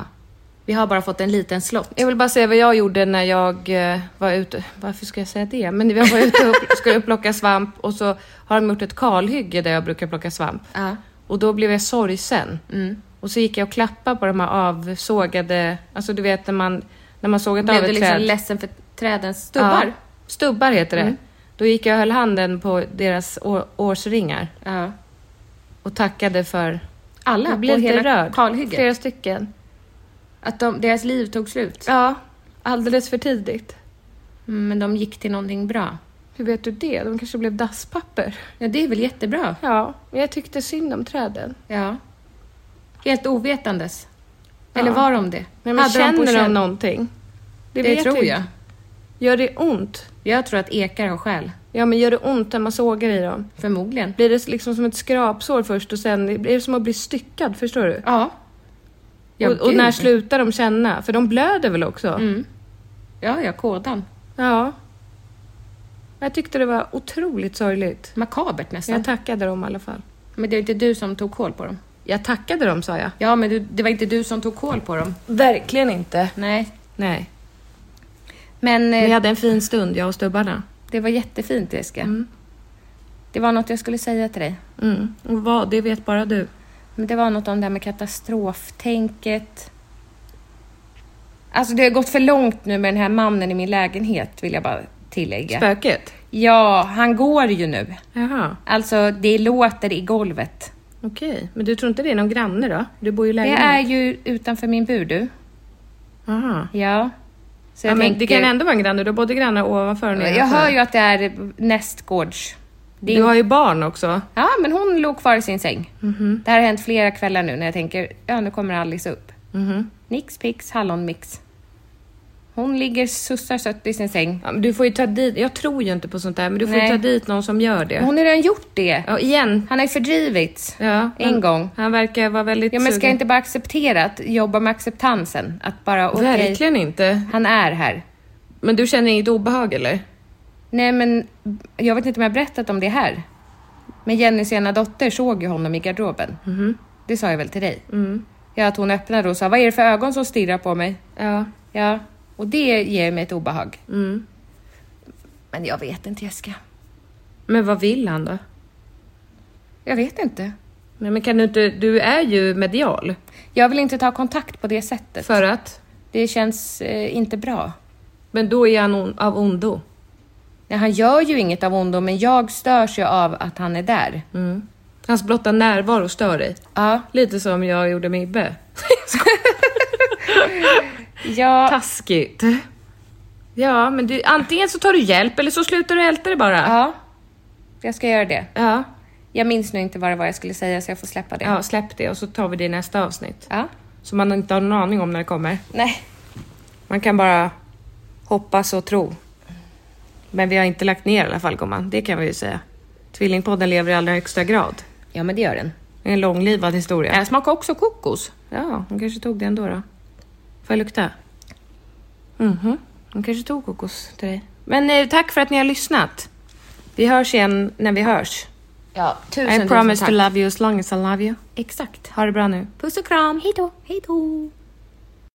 Vi har bara fått en liten slott. Jag vill bara säga vad jag gjorde när jag eh, var ute. Varför ska jag säga det? Men jag var ute och skulle plocka svamp och så har de gjort ett kalhygge där jag brukar plocka svamp. Ja. Mm. Och då blev jag sorgsen. Och så gick jag och klappade på de här avsågade, alltså du vet när man, när man sågat Blev av du ett liksom träd. ledsen för trädens stubbar? Ja, stubbar Mm. heter det. Då gick jag och höll handen på deras å- årsringar Ja. och tackade för Alla Jag blev på lite hela rörd. kalhygget. flera stycken. Att de, deras liv tog slut. Ja, alldeles för tidigt. Mm, Men de gick till någonting bra. Hur vet du det? De kanske blev dasspapper. Ja, det är väl jättebra. Ja, men jag tyckte synd om träden. Ja. Helt ovetandes. Ja. Eller var de det? Men man Hade på känner de känn? någonting? Det, vet tror vi jag. inte. Gör det ont? Jag tror att ekar har själ. Ja, men gör det ont när man sågar i dem? Förmodligen. Blir det liksom som ett skrapsår först och sen blir det som att bli styckad, förstår du? Ja. Ja, och, och gud. när slutar de känna? För de blöder väl också? Mm. Ja, ja, kådan. Ja. Jag tyckte det var otroligt sorgligt. Makabert nästan. Jag tackade dem i alla fall. Men det var inte du som tog koll på dem. Jag tackade dem sa jag. Ja, men du, det var inte du som tog koll på dem. Verkligen inte. Nej. Nej. Men eh, Vi hade en fin stund, jag Mm. och stubbarna. det var jättefint, Jessica. Det var något jag skulle säga till dig. Mm. Och vad, det vet bara du. Men det var något om det här med katastroftänket. Alltså det har gått för långt nu med den här mannen i min lägenhet vill jag bara tillägga. Spöket? Ja, han går ju nu. Jaha, Alltså det låter i golvet. okej. Men du tror inte det är någon granne då? Du bor ju i Det lägenhet. är ju utanför min bur du. Aha. Ja. Så Ja, jag men tänker, det kan ändå vara en granne, du har både grannar ovanför och Jag hör ju att det är nästgårds. Det är alltså. Du har ju barn också. Ja, men hon låg kvar i sin säng. Mhm. Det här har hänt flera kvällar Mhm. nu när jag tänker, ja nu kommer Alice upp. Nix pix hallonmix. Hon ligger sussar sött i sin säng. Ja, men du får ju ta dit, jag tror ju inte på sånt där, men du får Nej. ju ta dit någon som gör det. Hon har redan gjort det. Ja, igen. Han har ju fördrivits. Ja, En men gång. Han verkar vara väldigt Ja, men ska sugen. jag inte bara acceptera att jobba med acceptansen? Att bara, okej, Verkligen inte. han är här. Men du känner inget obehag eller? Nej, men jag vet inte om jag har berättat om det här. Men Jennys ena dotter såg ju honom i garderoben. Det sa jag väl till dig? Ja, att hon öppnade och sa, vad är det för ögon som stirrar på mig? Ja. Ja, och det ger mig ett obehag. Mm. Men jag vet inte, Jessica. Men vad vill han då? Jag vet inte. Nej, men kan du inte, du är ju medial. Jag vill inte ta kontakt på det sättet. För att? Det känns eh, inte bra. Men då är han on, av ondo. Nej, han gör ju inget av ondo, men jag störs ju av att han är där. Mm. Hans blotta närvaro stör dig. Ja, Lite som jag gjorde med Ibbe. ja, Taskigt. Ja, men du, antingen så tar du hjälp eller så slutar du älta det bara. ja. Jag ska göra det. Ja. Jag minns nu inte vad det var jag skulle säga, så jag får släppa det. ja, släpp det och så tar vi det i nästa avsnitt. Ja. Som man inte har någon aning om när det kommer. Nej. Man kan bara hoppas och tro. Men vi har inte lagt ner i alla fall gumman, det kan vi ju säga. Tvillingpodden lever i allra högsta grad. Ja, men det gör den. Det är En långlivad historia. Den smakar Äh, också kokos. Ja, hon kanske tog det ändå då. Får jag lukta? Mhm, hon kanske tog kokos till dig. Men eh, tack för att ni har lyssnat. Vi hörs igen när vi hörs. Ja, tusen, I promise to love you as long as I love you. Exakt. Ha det bra nu. Puss och kram. Hej då. Hej då.